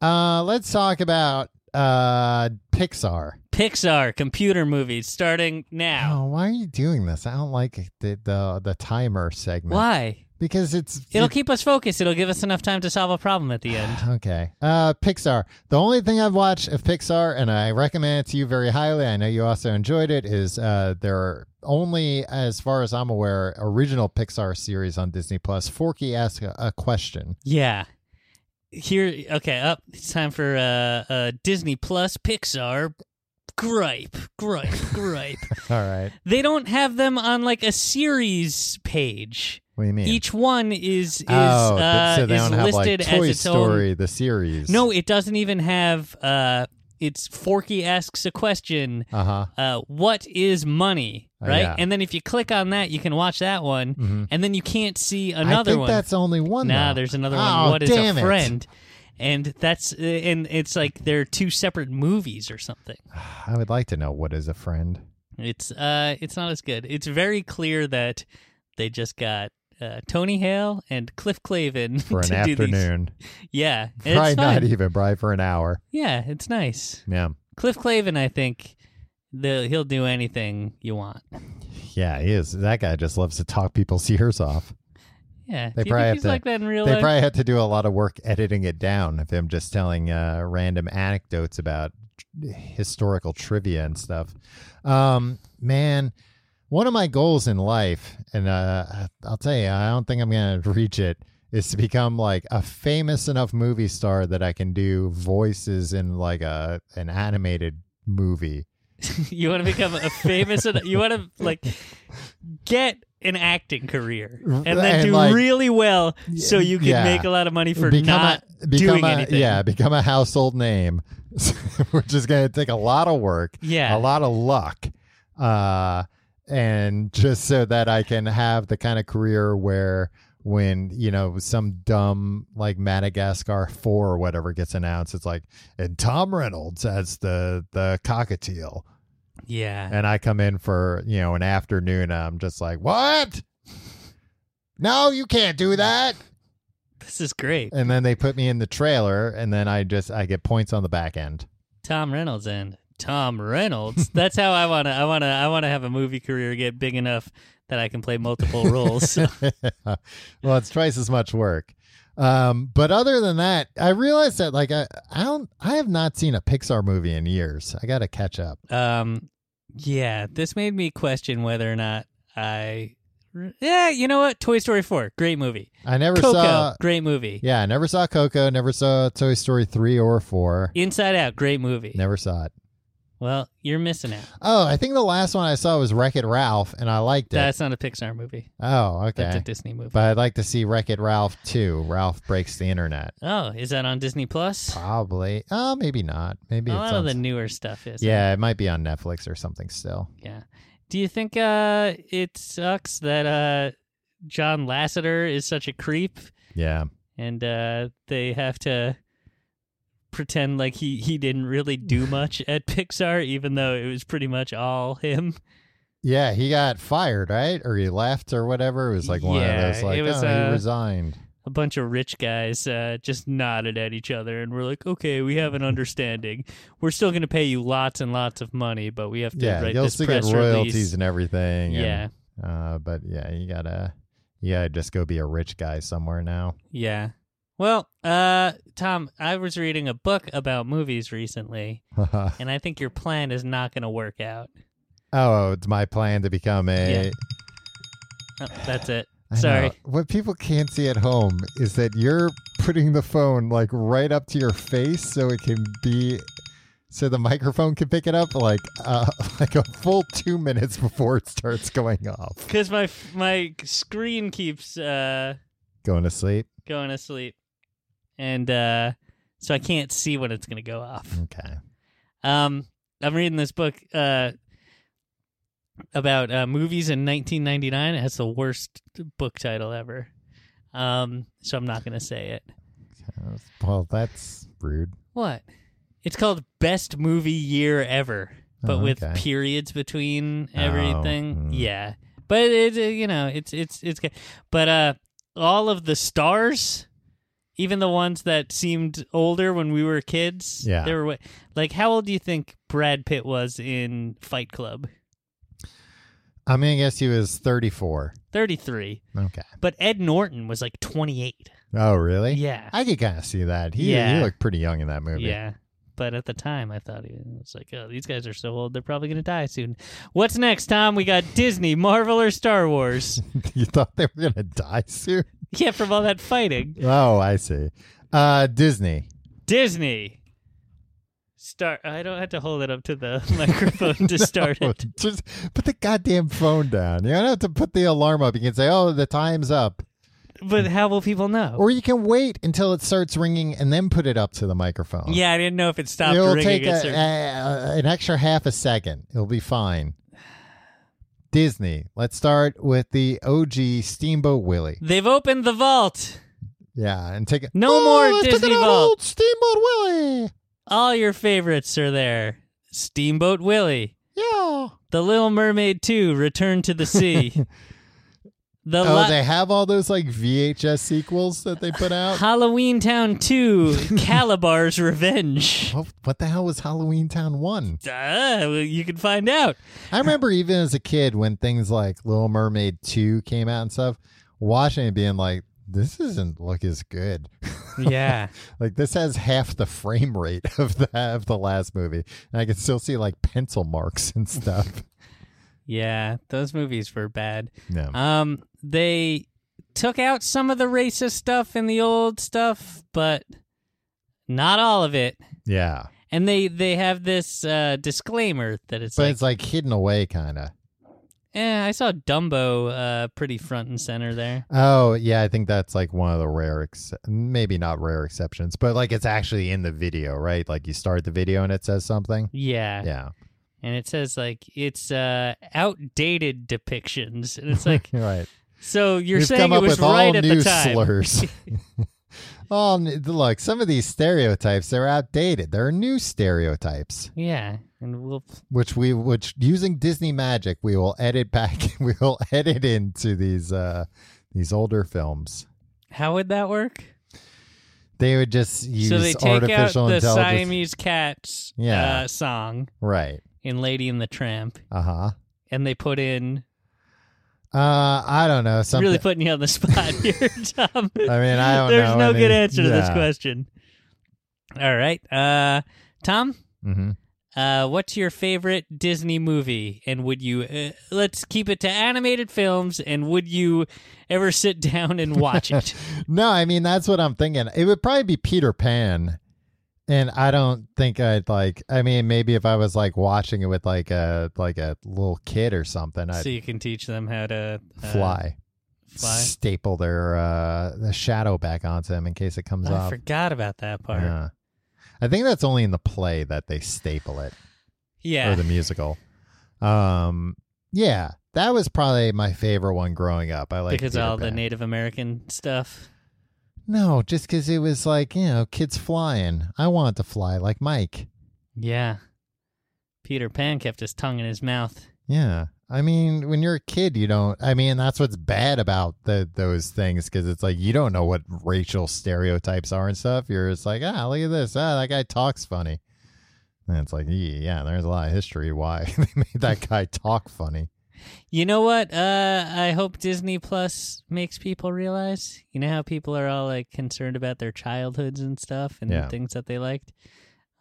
Uh, let's talk about uh Pixar.
Pixar computer movies starting now.
Oh, why are you doing this? I don't like the the, the timer segment.
Why?
Because it's
It'll keep us focused. It'll give us enough time to solve a problem at
<sighs>
the end.
okay. Uh, Pixar. The only thing I've watched of Pixar, and I recommend it to you very highly. I know you also enjoyed it. Is uh, there are only, as far as I'm aware, original Pixar series on Disney Plus. Forky asks a, a question.
Yeah. Here. Okay. Up. It's time for uh, uh Disney Plus Pixar gripe,
<laughs>
gripe, gripe.
All right.
they don't have them on like a series page.
What do you mean?
Each one is is
oh, th-
uh,
so they
is
don't have like
listed
Toy
as its
Story the series.
own. No, it doesn't even have. Uh, it's Forky asks a question.
Uh huh.
Uh, what is money?
Oh,
Right,
yeah. Mm-hmm.
and then if you click on that, you can watch that one, and then you can't see
I
another
think
one.
that's only one.
Nah,
though.
there's another
Oh,
one. What is
damn
a
it.
friend? And that's uh, and it's like they're two separate movies or something.
I would like to know what is a friend.
It's uh, it's not as good. It's very clear that they just got uh, Tony Hale and Cliff Clavin <laughs>
For an
to do these-
afternoon,
Yeah, and it's
probably not
fine.
even probably for an hour.
Yeah, it's nice.
Yeah,
Cliff Clavin, I think, the, he'll do anything you want.
yeah, he is. That guy just loves to talk people's <laughs> ears off.
Yeah,
They
do
probably
you think
have
he's
to-
like that in real
they
life?
probably had to do a lot of work editing it down of him just telling uh, random anecdotes about tr- historical trivia and stuff. Um, man, one of my goals in life, and uh, I'll tell you, I don't think I'm going to <laughs> reach it, is to become like a famous enough movie star that I can do voices in like a an animated movie.
<laughs> you want to become a famous. you want to like get an acting career and then
And,
do
like-
really well, so you can
Yeah.
make a lot of money for not
a,
doing
a,
anything.
Yeah, become a household name, <laughs> which is going to take a lot of work,
Yeah.
a lot of luck, uh, and just so that I can have the kind of career where when you know some dumb like Madagascar four or whatever gets announced, it's like and Tom Reynolds as the the cockatiel,
yeah.
and I come in for you know an afternoon, and I'm just like what? No, you can't do that
This is great.
and then they put me in the trailer and then i just i get points on the back
<laughs>
end <laughs>
Tom Reynolds and Tom Reynolds. That's how I want to. I want to. I want to have a movie career get big enough that I can play multiple
<laughs>
roles.
well it's twice as much work um but other than that i realized that like i i don't i have not seen a pixar movie in years i gotta catch up
um, yeah, this made me question whether or not I. Yeah, you know what? Toy Story Four, great movie.
i never
Coco,
saw
great movie.
yeah i never saw coco never saw toy story 3 or 4
Inside Out, great movie.
never saw it
Well, you're missing out.
oh i think the last one i saw was wreck it ralph and i liked it
That's not a Pixar movie.
oh
That's a
okay
Disney movie.
but i'd like to see wreck it ralph 2 ralph breaks the internet
oh, is that on Disney Plus?
Probably. Oh, maybe not. Maybe
A
it's
lot of
on
the newer stuff is.
Yeah, it might be on Netflix or something still.
Yeah. Do you think uh, it sucks that uh, John Lasseter is such a creep
Yeah.
and uh, they have to pretend like he, he didn't
<laughs>
really do much at Pixar, even though it was pretty much all him?
Yeah, he got fired, right? Or he left or whatever. It was like one
Yeah,
of those like
it was,
oh,
uh,
he resigned.
A bunch of rich guys uh, just nodded at each other and were like, okay, we
<laughs>
have an understanding. We're still going to pay you lots and lots of money, but we have to
Yeah,
write
you'll
this
still get
press
royalties
release.
and everything. and-
Yeah.
uh, but yeah, you gotta you gotta just go be a rich guy somewhere now. <laughs>
Yeah. Well, uh, Tom, I was reading a book about movies recently, and I think your plan is not going to work out.
oh, it's my plan to become a
Yeah. Oh, that's it.
I know.
Sorry.
What people can't see at home is that you're putting the phone like right up to your face so it can be so the microphone can pick it up like uh, <laughs> like a full 2 minutes before it starts going off.
Because my my screen keeps uh,
Going to sleep.
going to sleep, and uh, so I can't see when it's going to go off.
Okay.
Um, I'm reading this book uh, about uh, movies in 1999. It has the worst book title ever. Um, so I'm not going to say it.
Well, that's rude.
What? It's called Best Movie Year Ever, but
Oh,
with
okay.
periods between everything.
mm.
Yeah. But it, it- you know, it's it's it's good. But uh all of the stars, even the ones that seemed older when we were kids,
Yeah.
they were wa- like how old do you think Brad Pitt was in Fight Club?
I'm going to guess he was 34.
33.
Okay.
But Ed Norton was like 28.
Oh, really?
Yeah.
I could kind of see that. He,
Yeah.
he looked pretty young in that movie.
Yeah. But at the time, I thought it was like, oh, these guys are so old, they're probably going to die soon. What's next, Tom? We got Disney, Marvel, or Star Wars?
<laughs> <laughs> you thought they were going to die soon?
yeah, from all that fighting.
Oh, I see. Uh Disney.
Disney. Start. I don't have to hold it up to
<laughs>
the microphone to start
No, <laughs>
it.
Just put the goddamn phone down. You don't have to put the alarm up. You can say, "Oh, the time's up,"
But how will people know?
or you can wait until it starts ringing and then put it up to the microphone.
yeah, I didn't know if it stopped
It'll
ringing.
take a,
at certain-
a- an extra half a second. It'll be fine. Disney. Let's start with the OG Steamboat Willie.
They've opened the vault.
Yeah, and take it.
No
Oh,
more
let's
Disney
take an
Vault.
Old Steamboat Willie.
All your favorites are there. Steamboat Willie,
Yeah.
The Little Mermaid 2, Return to the Sea.
<laughs>
the
Oh,
Lo-
they have all those like VHS sequels that they put out.
Halloween Town 2, Calabar's Revenge.
What, what the hell was Halloween Town One?
Ah, well, you can find out.
I remember even as a kid when things like Little Mermaid Two came out and stuff, watching it being like, "This isn't look as good." <laughs>
Yeah.
Like this has half the frame rate <laughs> of the of the last movie, and I can still see like pencil marks
<laughs>
and stuff.
<laughs> Yeah, those movies were bad.
No,
Um, they took out some of the racist stuff in the old stuff, but not all of it.
yeah,
And they they have this uh, disclaimer that it's
but
like,
it's like hidden away, kind of.
eh, I saw Dumbo uh, pretty front and center there.
Oh yeah, I think that's like one of the rare, ex- maybe not rare exceptions, but like it's actually in the video, right? Like you start the video and it says something.
Yeah.
Yeah,
and it says like it's uh, outdated depictions, and it's like
you're right.
so you're
We've
saying
come
it
up
was
with all
right at
new
the time. <laughs>
slurs. <laughs> all n- look, some of these stereotypes they're outdated. There are new stereotypes.
Yeah, and we'll
which we which using Disney magic we will edit back <laughs> we will edit into these uh these older films.
how would that work?
They would just use
so they take out
artificial
the
intelligence.
Siamese cats
Yeah.
uh, song
Right.
in Lady and the Tramp,
Uh-huh.
and they put in
Uh I don't know. Something
really putting you on the <laughs> spot here, Tom.
I mean, I don't
There's
know
no
any-
good answer to this
yeah.
question. All right, uh, Tom.
Mhm.
Uh, what's your favorite Disney movie? And would you, uh, let's keep it to animated films, and would you ever sit <laughs> down and watch it?
No, I mean that's what I'm thinking. It would probably be Peter Pan. And I don't think I'd like I mean maybe if I was like watching it with like a like a little kid or something I'd
so you can teach them how to uh,
fly.
Fly.
staple their uh the shadow back onto him in case it comes
I
off.
forgot about that part.
Yeah. I think that's only in the play that they staple it
yeah.
or the musical. Um yeah, that was probably my favorite one growing up. I like
because all the
Native.
Native American stuff.
No, just cuz it was like, you know, kids flying. I wanted to fly like Mike.
Yeah. Peter Pan kept his tongue in his mouth.
Yeah. I mean, when you're a kid, you don't. I mean, that's what's bad about the, those things because it's like you don't know what racial stereotypes are and stuff. You're just like, ah, look at this. Ah, that guy talks funny. And it's like, yeah, there's a lot of history why <laughs> they made that guy talk funny.
You know what? Uh, I hope Disney Plus makes people realize. You know how people are all like concerned about their childhoods and stuff and
Yeah.
things that they liked.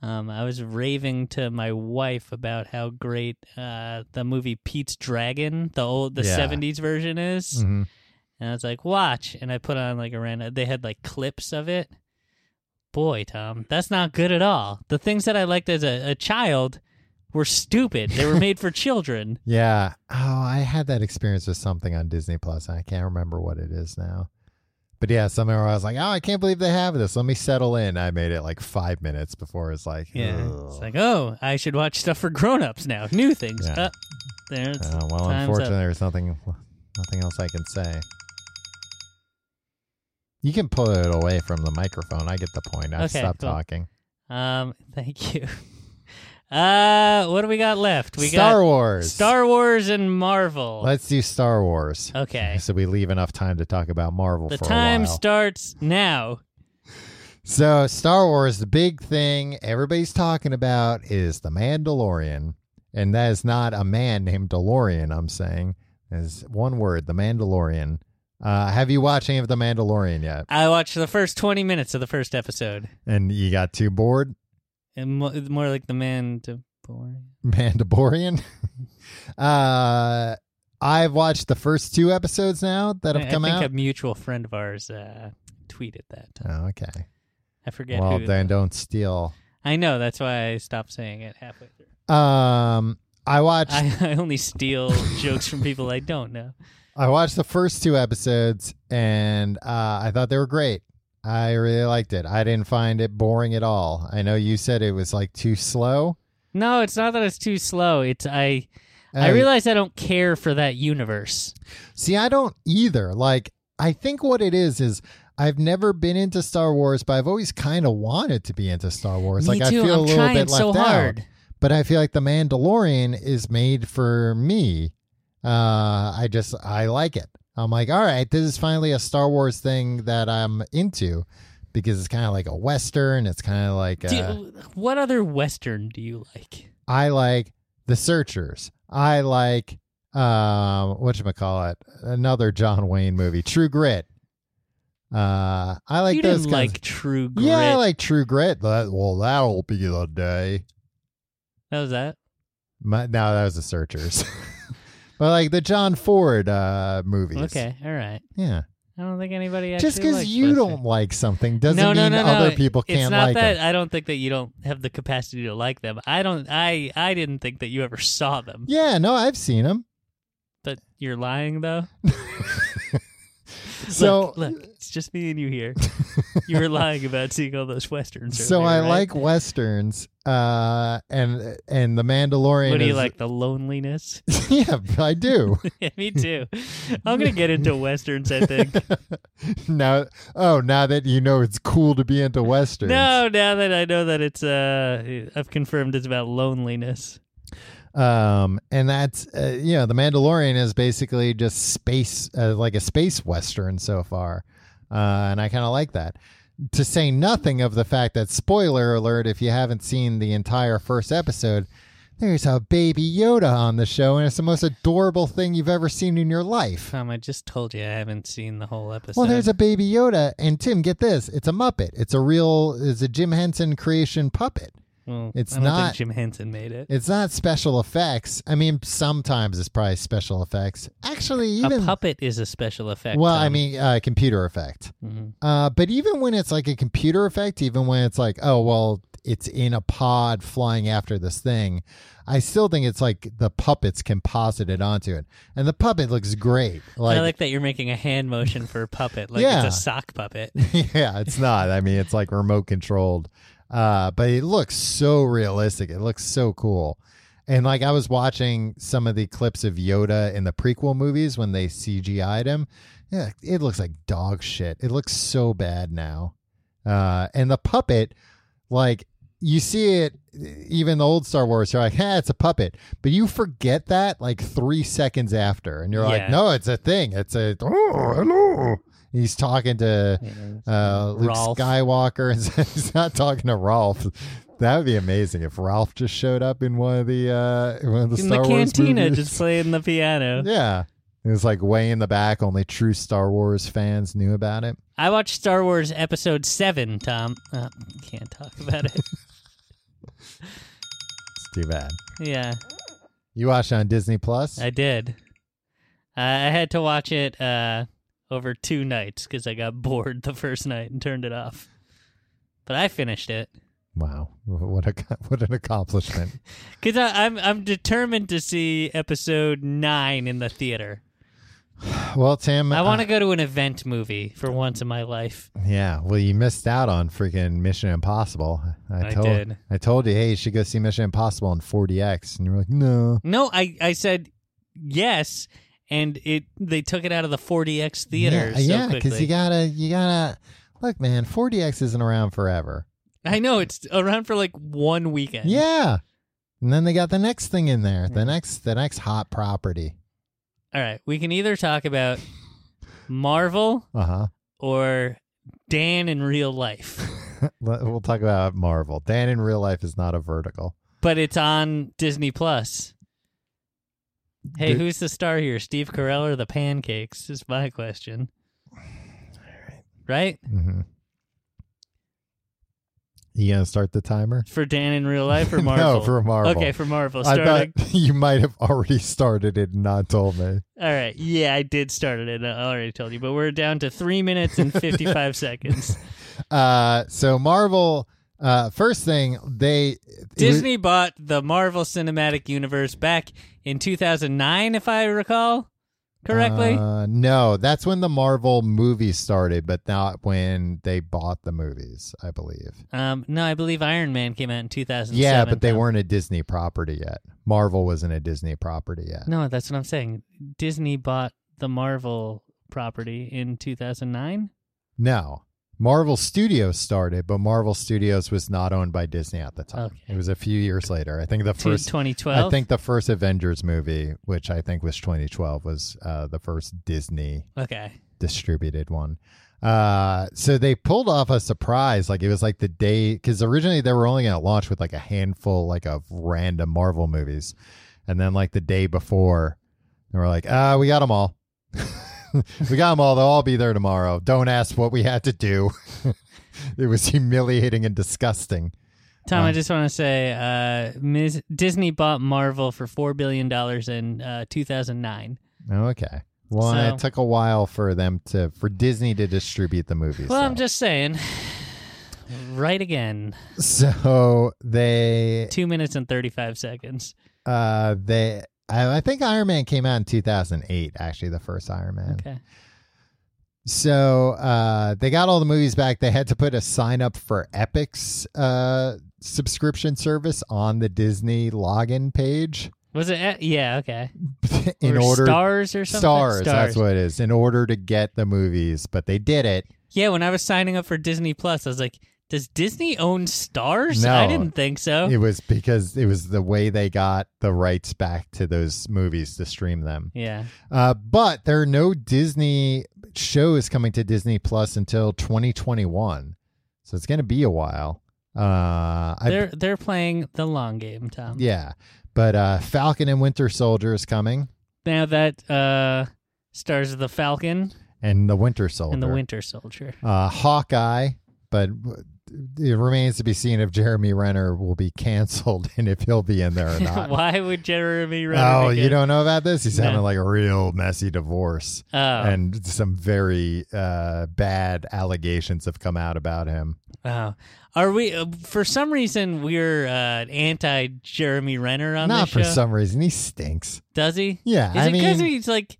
Um, I was raving to my wife about how great uh, the movie Pete's Dragon, the old the
Yeah.
'70s version, is.
Mhm.
And I was like, "Watch!" And I put on like a random. They had like clips of it. Boy, Tom, that's not good at all. The things that I liked as a, a child were stupid. They were made for children.
Yeah. Oh, I had that experience with something on Disney Plus, and I can't remember what it is now. But yeah, somewhere where I was like, oh, I can't believe they have this. Let me settle in. I made it like five minutes before it's like,
Yeah.
"Ugh."
It's like, oh, I should watch stuff for grown-ups now. New things.
Yeah.
Uh, there it's
Uh, well,
time's
unfortunately,
up.
there's nothing, nothing else I can say. You can pull it away from the microphone. I get the point. I
Okay,
stop
cool.
talking.
Um, thank you. <laughs> Uh, what do we got left? We
Star
got
Wars.
Star Wars and Marvel.
Let's do Star Wars.
okay.
<laughs> So we leave enough time to talk about Marvel
The
for a
time
while.
starts now.
so Star Wars, the big thing everybody's talking about is the Mandalorian, and that is not a man named DeLorean. I'm saying is one word, the Mandalorian. Uh, have you watched any of the Mandalorian yet?
I watched the first 20 minutes of the first episode.
And you got too bored? <laughs>
And mo- more like the man to boring.
Mandalorian. <laughs> uh, I've watched the first two episodes now that
I-
have come
I think
out.
a mutual friend of ours uh, tweeted that.
Oh, okay.
I forget
well,
who.
then don't steal
I know. That's why I stopped saying it halfway through.
Um, I watched
I, <laughs> I only steal jokes from people I don't know.
I watched the first two episodes and uh, I thought they were great. I really liked it. I didn't find it boring at all. I know you said it was like too slow.
No, it's not that it's too slow. It's I. I
Uh,
realize I don't care for that universe.
See, I don't either. Like, I think what it is is I've never been into Star Wars, but I've always kind of wanted to be into Star Wars.
Me
like,
too.
I feel
I'm
a little
trying
bit left
so
out.
hard.
But I feel like The Mandalorian is made for me. Uh, I just I like it. I'm like, all right, this is finally a Star Wars thing that I'm into because it's kind of like a western. It's kind of like
Do-
uh,
what other western do you like?
I like The Searchers. I like um whatchamacallit, another John Wayne movie, True Grit. Uh I like
you
those
didn't
kinds
like True Grit.
Yeah, I like True Grit. That, well, that'll be the day.
that was that.
My, no, that was The Searchers. <laughs> but like the John Ford uh movies.
Okay, all right.
Yeah.
I don't think anybody actually
Just because
likes
you
western.
don't like something doesn't
no, no,
mean
no, no.
other people can't
it's not
like
that uh,
it.
I don't think that you don't have the capacity to like them. I don't. I I didn't think that you ever saw them.
Yeah, no, I've seen them.
But you're lying though.
So
<laughs> look, look, it's just me and
<laughs>
you here. you were lying about seeing all those westerns.
so
earlier,
I
right?
like westerns, uh, and and The Mandalorian.
What do you
is-
like? The loneliness.
<laughs>
<laughs>
yeah, I do.
yeah, me too. I'm gonna get into westerns.
<laughs>
I think.
now, oh, now that you know it's cool to be into westerns.
No, now that I know that it's uh, I've confirmed it's about loneliness.
Um, and that's uh, you know, The Mandalorian is basically just space, uh, like a space western so far, uh, and I kind of like that. To say nothing of the fact that spoiler alert, if you haven't seen the entire first episode. There's a baby Yoda on the show, and it's the most adorable thing you've ever seen in your life.
Tom, I just told you I haven't seen the whole episode.
Well, there's a baby Yoda, and Tim, get this: it's a Muppet. It's a real, it's a Jim Henson creation puppet.
Well,
it's
I don't
not-
Think Jim Henson made it.
It's not special effects. I mean, sometimes it's probably special effects. Actually, even
a puppet is a special effect. um,
well, I
Tom.
mean, uh, computer effect.
Mhm.
Uh, but even when it's like a computer effect, even when it's like, oh well, it's in a pod flying after this thing, I still think it's like the puppets composited onto it, and the puppet looks great. Like,
I like that you're making a hand motion for a puppet, like
Yeah.
it's a
<laughs>
sock puppet. <laughs>
yeah, it's not. I mean, it's like remote controlled. Uh, but it looks so realistic. It looks so cool. And like I was watching some of the clips of Yoda in the prequel movies when they CGI'd him. Yeah, it looks like dog shit. It looks so bad now. Uh, and the puppet, like you see it even the old Star Wars, you're like, ah, it's a puppet. But you forget that like three seconds after, and you're
Yeah.
like, no, it's a thing. It's a oh, hello. He's talking to uh, Luke
Ralph.
Skywalker, <laughs> and he's not talking to Ralph. That would be amazing if Ralph just showed up in one of the uh, in one of the
in
Star
the
Wars
cantina,
movies.
just playing the
<laughs>
piano.
yeah. It was like way in the back. Only true Star Wars fans knew about it.
I watched Star Wars Episode Seven. Tom, uh, can't talk about it. <laughs>
It's too bad.
yeah,
You watched it on Disney Plus.
I did. I I had to watch it uh, over two nights because I got <laughs> bored the first night and turned it off. But I finished it
wow, what a <laughs> what an accomplishment!
because I'm I'm determined to see Episode Nine in the theater.
<sighs> well, Tim,
I
uh,
want to go to an event movie for once in my life.
Yeah, well, you missed out on freaking Mission Impossible. I,
I
told,
did.
I told you, hey, you should go see Mission Impossible in 40x, and you were like, no.
No, I, I said yes, and it they took it out of the 40x theater. so
yeah,
because
you gotta, you gotta look, man. 40x isn't around forever.
I know it's around for like one weekend.
Yeah, and then they got the next thing in there, the next, the next hot property.
All right, we can either talk about Marvel
Uh <laughs> huh.
or Dan in
<laughs>
real life,
we'll talk about Marvel. Dan in real life is not a vertical.
but it's on Disney Plus. Hey,
Did-
who's the star here? Steve Carell or the Pancakes? Is my question. Right
Mm-hmm. You gonna start the timer?
for Dan in real life or
<laughs>
Marvel?
no, for Marvel.
Okay, for Marvel.
I
Starting.
thought <laughs> you might have already started it and not told me.
All right. Yeah, I did start it. And I already told
<laughs>
you, but we're down to three minutes and 55 seconds.
Uh, so Marvel Uh, first thing they it was-
Disney bought the Marvel Cinematic Universe back in 2009, if I recall correctly.
Uh, no, that's when the Marvel movie started, but not when they bought the movies, I believe.
um, no, I believe Iron Man came out in 2007.
Yeah, but they
though.
weren't a Disney property yet. Marvel wasn't a Disney property yet.
No, that's what I'm saying. Disney bought the Marvel property in 2009.
No. Marvel Studios started, but Marvel Studios was not owned by Disney at the time.
Okay.
It was a few years later. I think the
To
first
2012?
I think the first Avengers movie, which I think was 2012, was uh, the first Disney
Okay.
distributed one. Uh, so they pulled off a surprise. Like it was like the day because originally they were only going to launch with like a handful like of random Marvel movies, and then like the day before, they were like, "Ah, we got them all. <laughs> we got them all. They'll all be there tomorrow. Don't ask what we had to do." <laughs> it was humiliating and disgusting.
Tom, I just want to say uh, Ms. Disney bought Marvel for $4 billion in uh, 2009.
Okay. Well, and it
So-
took a while for them to for Disney to distribute the movies.
Well, I'm
though.
just saying. Right again.
so they
Two minutes and 35 seconds.
Uh, they. I, I think Iron Man came out in 2008. Actually, the first Iron Man.
Okay.
So uh, they got all the movies back. They had to put a sign up for Epic's uh, subscription service on the Disney login page <laughs>
Was it? a- Yeah, okay.
in
Or
order
Stars or something?
Stars, That's what it is. In order to get the movies, but they did it.
Yeah, when I was signing up for Disney Plus, I was like, does Disney own Stars?
No.
I didn't think so.
It was because it was the way they got the rights back to those movies to stream them.
yeah.
Uh, but there are no Disney shows coming to Disney Plus until 2021, so it's going to be a while. Uh, I,
They're they're playing the long game, Tom.
yeah, but uh, Falcon and Winter Soldier is coming,
Now that uh stars the Falcon
and the Winter Soldier,
and the Winter Soldier.
uh, Hawkeye, but w- it remains to be seen if Jeremy Renner will be canceled <laughs> and if he'll be in there <laughs> or not.
<laughs> Why would Jeremy Renner?
Oh,
make
you
it?
don't know about this? He's
No.
having like a real messy divorce,
Oh,
and some very uh, bad allegations have come out about him.
oh. Are we? Uh, for some reason, we're uh, anti Jeremy Renner on
Not
this
for
show.
some reason. He stinks.
Does he?
Yeah,
Is
I
it because
mean-
he's like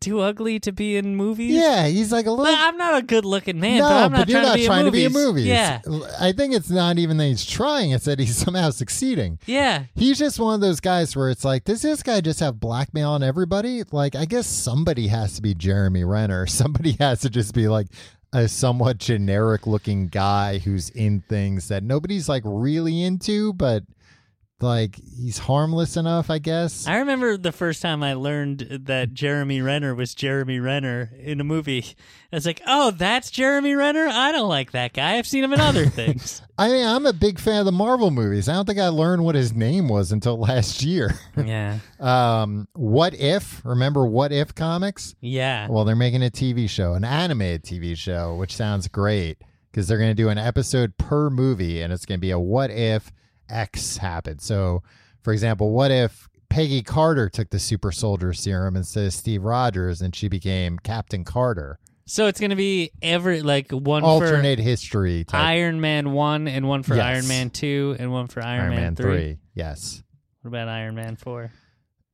too ugly to be in movies?
Yeah, he's like a
But
little.
I'm not a good looking man.
no,
but I'm not
but you're
trying,
not
to, be
trying to be in
in
movies.
Yeah,
I think it's not even that he's trying, it's that he's <laughs> somehow succeeding.
yeah.
He's just one of those guys where it's like, does this guy just have blackmail on everybody? Like, I guess somebody has to be Jeremy Renner. <laughs> Somebody has to just be like a somewhat generic looking guy who's in things that nobody's like really into, but like he's harmless enough, I guess.
I remember the first time I learned that Jeremy Renner was Jeremy Renner in a movie. I was like, "Oh, that's Jeremy Renner. I don't like that guy. I've seen him
<laughs>
in other things."
I mean, I'm a big fan of the Marvel movies. I don't think I learned what his name was until <laughs> last year.
yeah,
um, what if? Remember What If comics?
yeah.
Well, they're making a TV show, an animated TV show, which sounds great because they're going to do an episode per movie, and it's going to be a What If X happened. So, for example, what if Peggy Carter took the Super Soldier Serum instead of Steve Rogers, and she became Captain Carter?
So it's gonna be every like one
Alternate history
for
type.
Iron Man one and one for
Yes.
Iron Man two and one for Iron,
Iron Man
three.
three. Yes,
What about Iron Man four?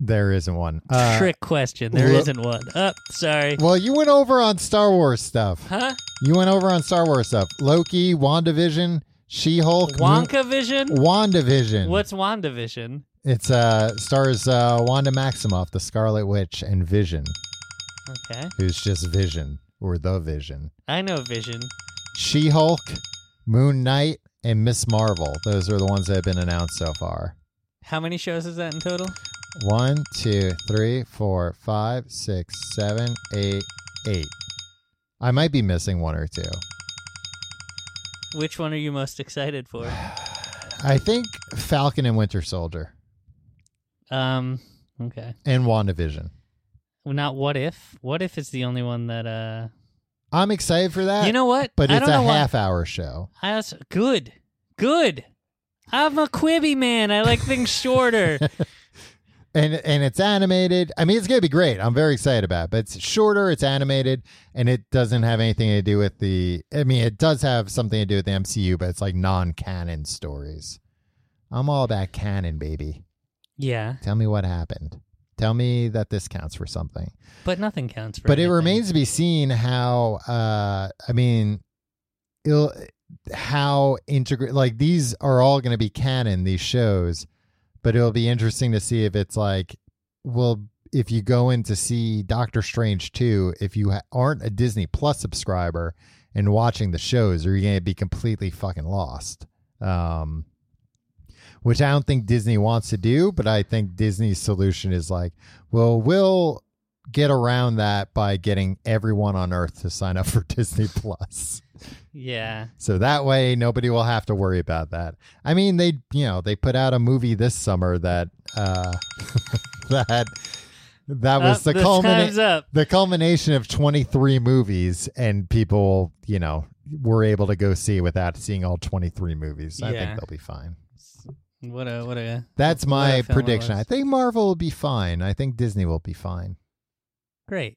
there isn't one. Uh,
Trick question. There
look-
not one. Up. Oh, sorry.
Well, you went over on Star Wars stuff.
Huh?
You went over on Star Wars stuff. Loki, WandaVision, She Hulk,
Wonka Vision.
WandaVision.
What's WandaVision?
It's uh stars uh, Wanda Maximoff, the Scarlet Witch, and Vision,
Okay,
who's just Vision or the Vision.
I know Vision.
She Hulk, Moon Knight, and Miss Marvel. Those are the ones that have been announced so far.
How many shows is that in total?
One, two, three, four, five, six, seven, eight, eight. I might be missing one or two.
Which one are you most
<sighs>
excited for?
I think Falcon and Winter Soldier
Um. Okay.
and WandaVision.
Well, not what if. What if is the only one that. uh
I'm excited for that.
You know what?
but
I
it's
don't
a
know why-
half hour show.
I also good,
<laughs>
good. I'm a quibby man. I like things shorter.
and and it's animated. I mean, it's gonna be great. I'm very excited about it. But it's shorter, it's animated, and it doesn't have anything to do with the. I mean, it does have something to do with the MCU, but it's like non-canon stories. I'm all about canon, baby.
Yeah,
Tell me what happened. Tell me that this counts for something.
but nothing counts for.
But it
anything.
remains to be seen how. Uh, I mean, it'll, how integrate like these are all going to be canon these shows, but it'll be interesting to see if it's like, well, if you go in to see Doctor Strange two, if you ha- aren't a Disney Plus subscriber and watching the shows, are you going to be completely fucking lost? Um, which I don't think Disney wants to do, but I think Disney's solution is like, well, we'll get around that by getting everyone on earth to sign up for <laughs> Disney Plus.
Yeah,
So that way nobody will have to worry about that. I mean they you know, they put out a movie this summer that uh <laughs> that that was the
Oh, this time's
culmination
up.
the culmination of 23 movies and people, you know, were able to go see without seeing all 23 movies. I
Yeah.
think they'll be fine.
What a what a
That's my
film it
prediction.
was.
I think Marvel will be fine. I think Disney will be fine.
great.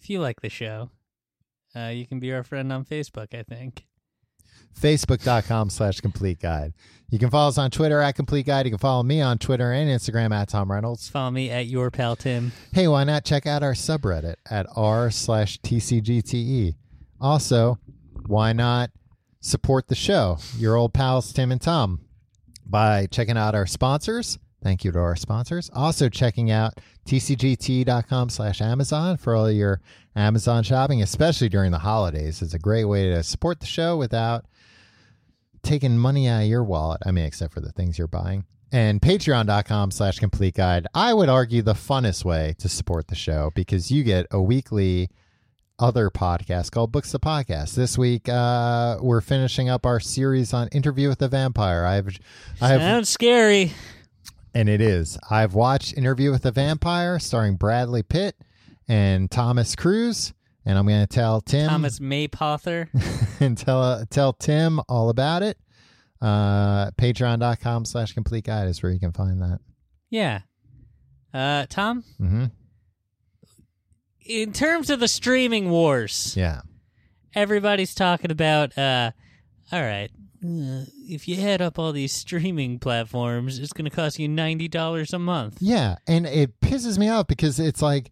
If you like the show, uh, you can be our friend on Facebook. I think.
facebook.com slash complete guide you can follow us on twitter at complete guide you can follow me on twitter and instagram at tom reynolds
Follow me at your pal Tim.
hey why not check out our subreddit at r slash tcgte E? also why not support the show your old pals tim and tom by checking out our sponsors thank you to our sponsors also checking out tcgt.com E slash amazon for all your amazon shopping especially during the holidays it's a great way to support the show without taking money out of your wallet. I mean, except for the things you're buying. And patreon.com slash complete guide. I would argue the funnest way to support the show because you get a weekly other podcast called Books the Podcast. This week, uh, we're finishing up our series on Interview with the Vampire. I've, I've,
Sounds scary.
and it is. I've watched Interview with the Vampire starring Bradley Pitt and Thomas Cruise. And I'm going to tell Tim <laughs>
Thomas Maypother.
and tell uh, tell Tim all about it. Uh, Patreon.com slash complete guide is where you can find that.
yeah. Uh, Tom,
hmm
in terms of the streaming wars,
Yeah.
everybody's talking about uh all right uh, if you add up all these streaming platforms it's going to cost you $90 a month
Yeah. And it pisses me off because it's like,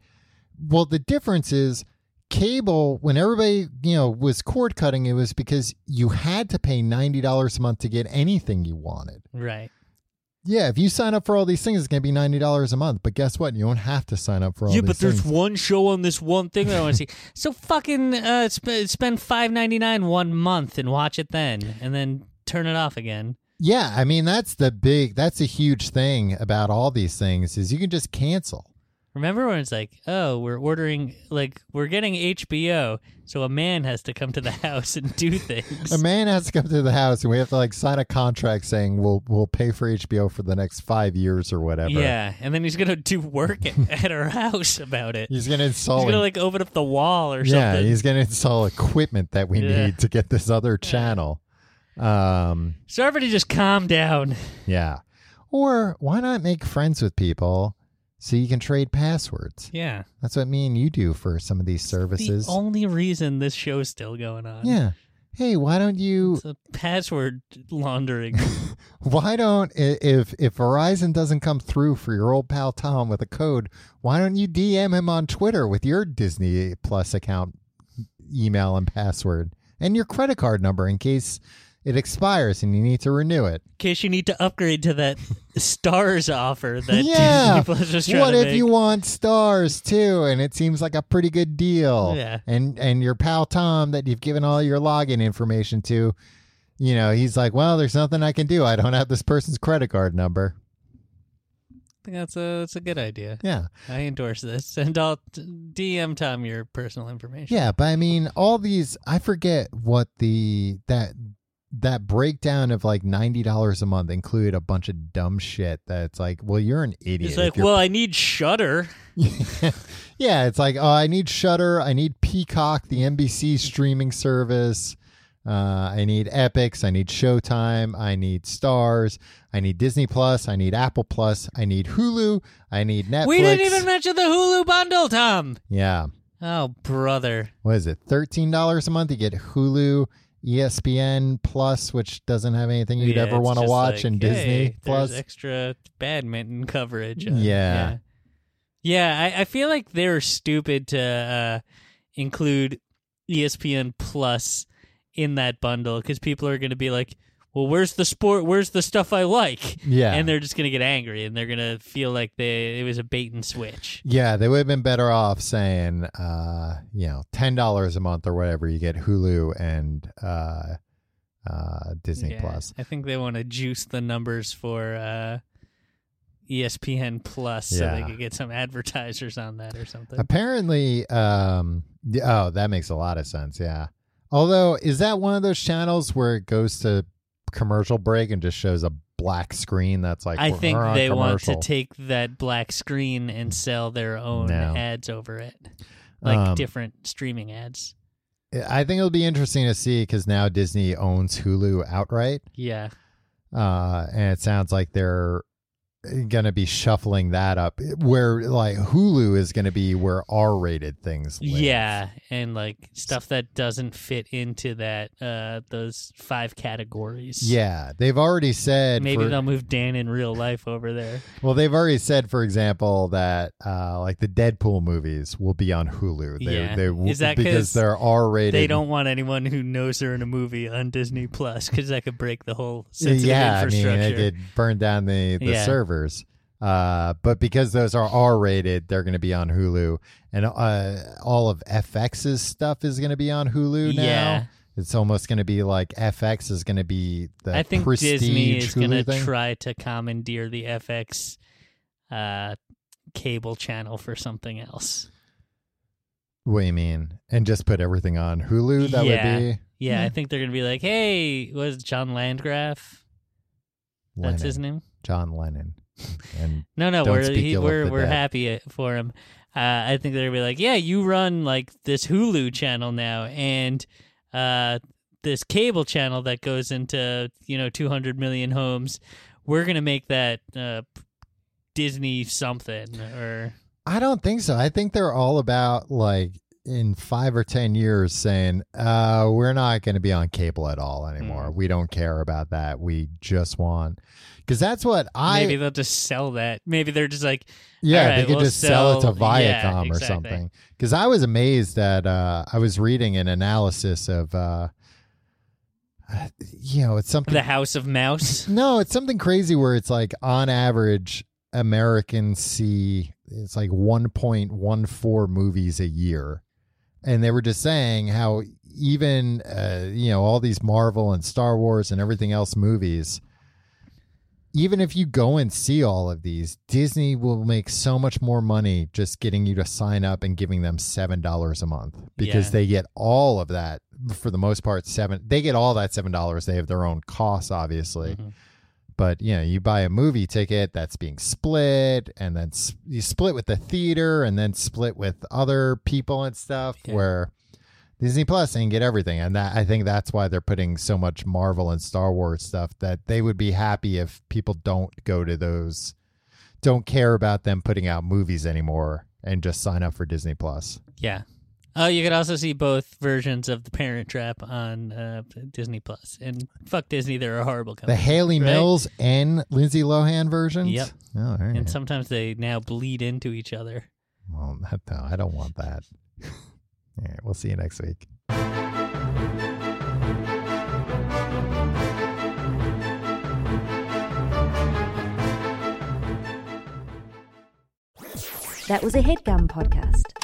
well, the difference is cable, when everybody, you know, was cord cutting, it was because you had to pay $90 a month to get anything you wanted.
right
Yeah. If you sign up for all these things, it's going to be $90 a month. But guess what? You don't have to sign up for all
yeah
these
but there's
things.
one show on this one thing that i want to see <laughs> so fucking uh sp- spend 5.99 one month and watch it then and then turn it off again
Yeah, I mean that's the big that's a huge thing about all these things is you can just cancel.
remember when it's like oh we're ordering like we're getting hbo so a man has to come to the <laughs> house and do things
A man has to come to the house and we have to like sign a contract saying we'll we'll pay for HBO for the next 5 years or whatever.
yeah and then he's going to do work <laughs> at, at our house about it
He's going to install e-,
He's gonna like open up the wall or
Yeah,
something.
he's going to install equipment that we
Yeah.
need to get this other channel. Um
So everybody just calm down. <laughs>
yeah. Or why not make friends with people so you can trade passwords?
Yeah.
That's what me and you do for some of these services.
The only reason this show's still going on.
yeah. Hey, why don't you
It's a password laundering. <laughs>
Why don't i- if if Verizon doesn't come through for your old pal Tom with a code, why don't you DM him on Twitter with your Disney Plus account email and password and your credit card number in case it expires and you need to renew it.
In case you need to upgrade to that stars offer that
yeah.
<laughs> Disney Plus was trying
What
to
if
make.
you want stars too and it seems like a pretty good deal?
Yeah.
And and your pal Tom that you've given all your login information to, you know, he's like, "Well, there's nothing I can do. I don't have this person's credit card number."
I think that's a that's a good idea.
Yeah.
I endorse this, and I'll t- DM Tom your personal information.
Yeah, but I mean, all these I forget what the that that breakdown of like ninety dollars a month included a bunch of dumb shit that's like, well, you're an idiot.
It's
if
like,
you're- <laughs>
well, I need Shutter.
yeah, it's like, oh, I need Shutter, I need Peacock, the NBC streaming service. Uh, I need Epics. I need Showtime. I need Stars. I need Disney Plus. I need Apple Plus. I need Hulu. I need Netflix.
We didn't even mention the Hulu bundle, Tom.
yeah.
Oh, brother.
What is it? Thirteen dollars a month. You get Hulu, E ESPN Plus, which doesn't have anything you'd
Yeah,
ever
it's
want to
just
watch,
like,
and
hey,
Disney
there's
Plus.
extra badminton coverage. uh,
Yeah.
yeah, Yeah, I, I feel like they were stupid to uh, include E ESPN Plus in that bundle because people are going to be like, "Well, where's the sport? Where's the stuff I like?"
yeah.
And they're just going to get angry and they're going to feel like they it was a bait and switch.
Yeah, they would have been better off saying, uh, you know, ten dollars a month or whatever you get Hulu and uh, uh, Disney
Yeah,
Plus.
I think they want to juice the numbers for uh, E ESPN Plus so
Yeah.
they could get some advertisers on that or something.
Apparently, um, y- oh, that makes a lot of sense. Yeah. Although, is that one of those channels where it goes to commercial break and just shows a black screen that's like
I
we're
think
on
they want to
commercial?
take that black screen and sell their own
No.
ads over it, like
Um,
different streaming ads.
I think it'll be interesting to see because now Disney owns Hulu outright.
Yeah,
uh, and it sounds like they're going to be shuffling that up. Where like Hulu is going to be where R-rated things. Live.
yeah, and like stuff that doesn't fit into that uh those five categories.
yeah. They've already said.
maybe
for-
they'll move Dan in real life over there.
well, they've already said, for example, that uh, like the Deadpool movies will be on Hulu. They,
Yeah.
they w-
Is that 'cause
because they're R-rated.
They don't want anyone who knows they're in a movie on Disney Plus because that could break the whole sensitive
yeah, I mean,
infrastructure.
they could burn down the, the
Yeah.
servers. Uh, but because those are R rated, they're going to be on Hulu, and uh, all of FX's stuff is going to be on Hulu now.
Yeah.
It's almost going to be like FX is going to be the
I think
prestige
Disney is
Hulu
going to
thing.
try to commandeer the FX uh, cable channel for something else.
what do you mean? And just put everything on Hulu? That
Yeah.
would be
Yeah, I think they're going to be like, "Hey, was John Landgraf?
Lennon,
That's his name."
John Lennon. And
No, no,
Don't
we're
speak
he,
ill of
we're
the
we're
dead.
happy for him. Uh, I think they're gonna be like, "Yeah, you run like this Hulu channel now, and uh, this cable channel that goes into you know 200 million homes. We're gonna make that uh, Disney something or."
I don't think so. I think they're all about like in five or ten years saying, uh, we're not going to be on cable at all anymore.
Mm.
We don't care about that. We just want because that's what I
Maybe they'll just sell that. Maybe they're just like,
yeah
All right,
they could
we'll
just sell,
sell-
it to Viacom
yeah,
or
exactly.
something. Because I was amazed that uh, I was reading an analysis of uh, you know it's something
the House of Mouse.
<laughs> No, it's something crazy where it's like on average Americans see it's like 1.14 movies a year. And they were just saying how even uh, you know all these Marvel and Star Wars and everything else movies even if you go and see all of these, Disney will make so much more money just getting you to sign up and giving them seven dollars a month because
Yeah.
they get all of that for the most part. Seven, they get all that seven dollars. They have their own costs, obviously,
Mm-hmm.
but you know, you buy a movie ticket that's being split, and then s- you split with the theater, and then split with other people and stuff.
Yeah.
Where Disney Plus and get everything. And that I think that's why they're putting so much Marvel and Star Wars stuff that they would be happy if people don't go to those don't care about them putting out movies anymore and just sign up for Disney Plus.
Yeah. Oh, you could also see both versions of the Parent Trap on uh, Disney Plus. And fuck Disney, they're a horrible
The
company.
Haley
Right.
Mills and Lindsay Lohan versions?
Yep.
Oh, all right.
and sometimes they now bleed into each other.
well, that, no, I don't want that. <laughs> all right, we'll see you next week.
That was a headgum podcast.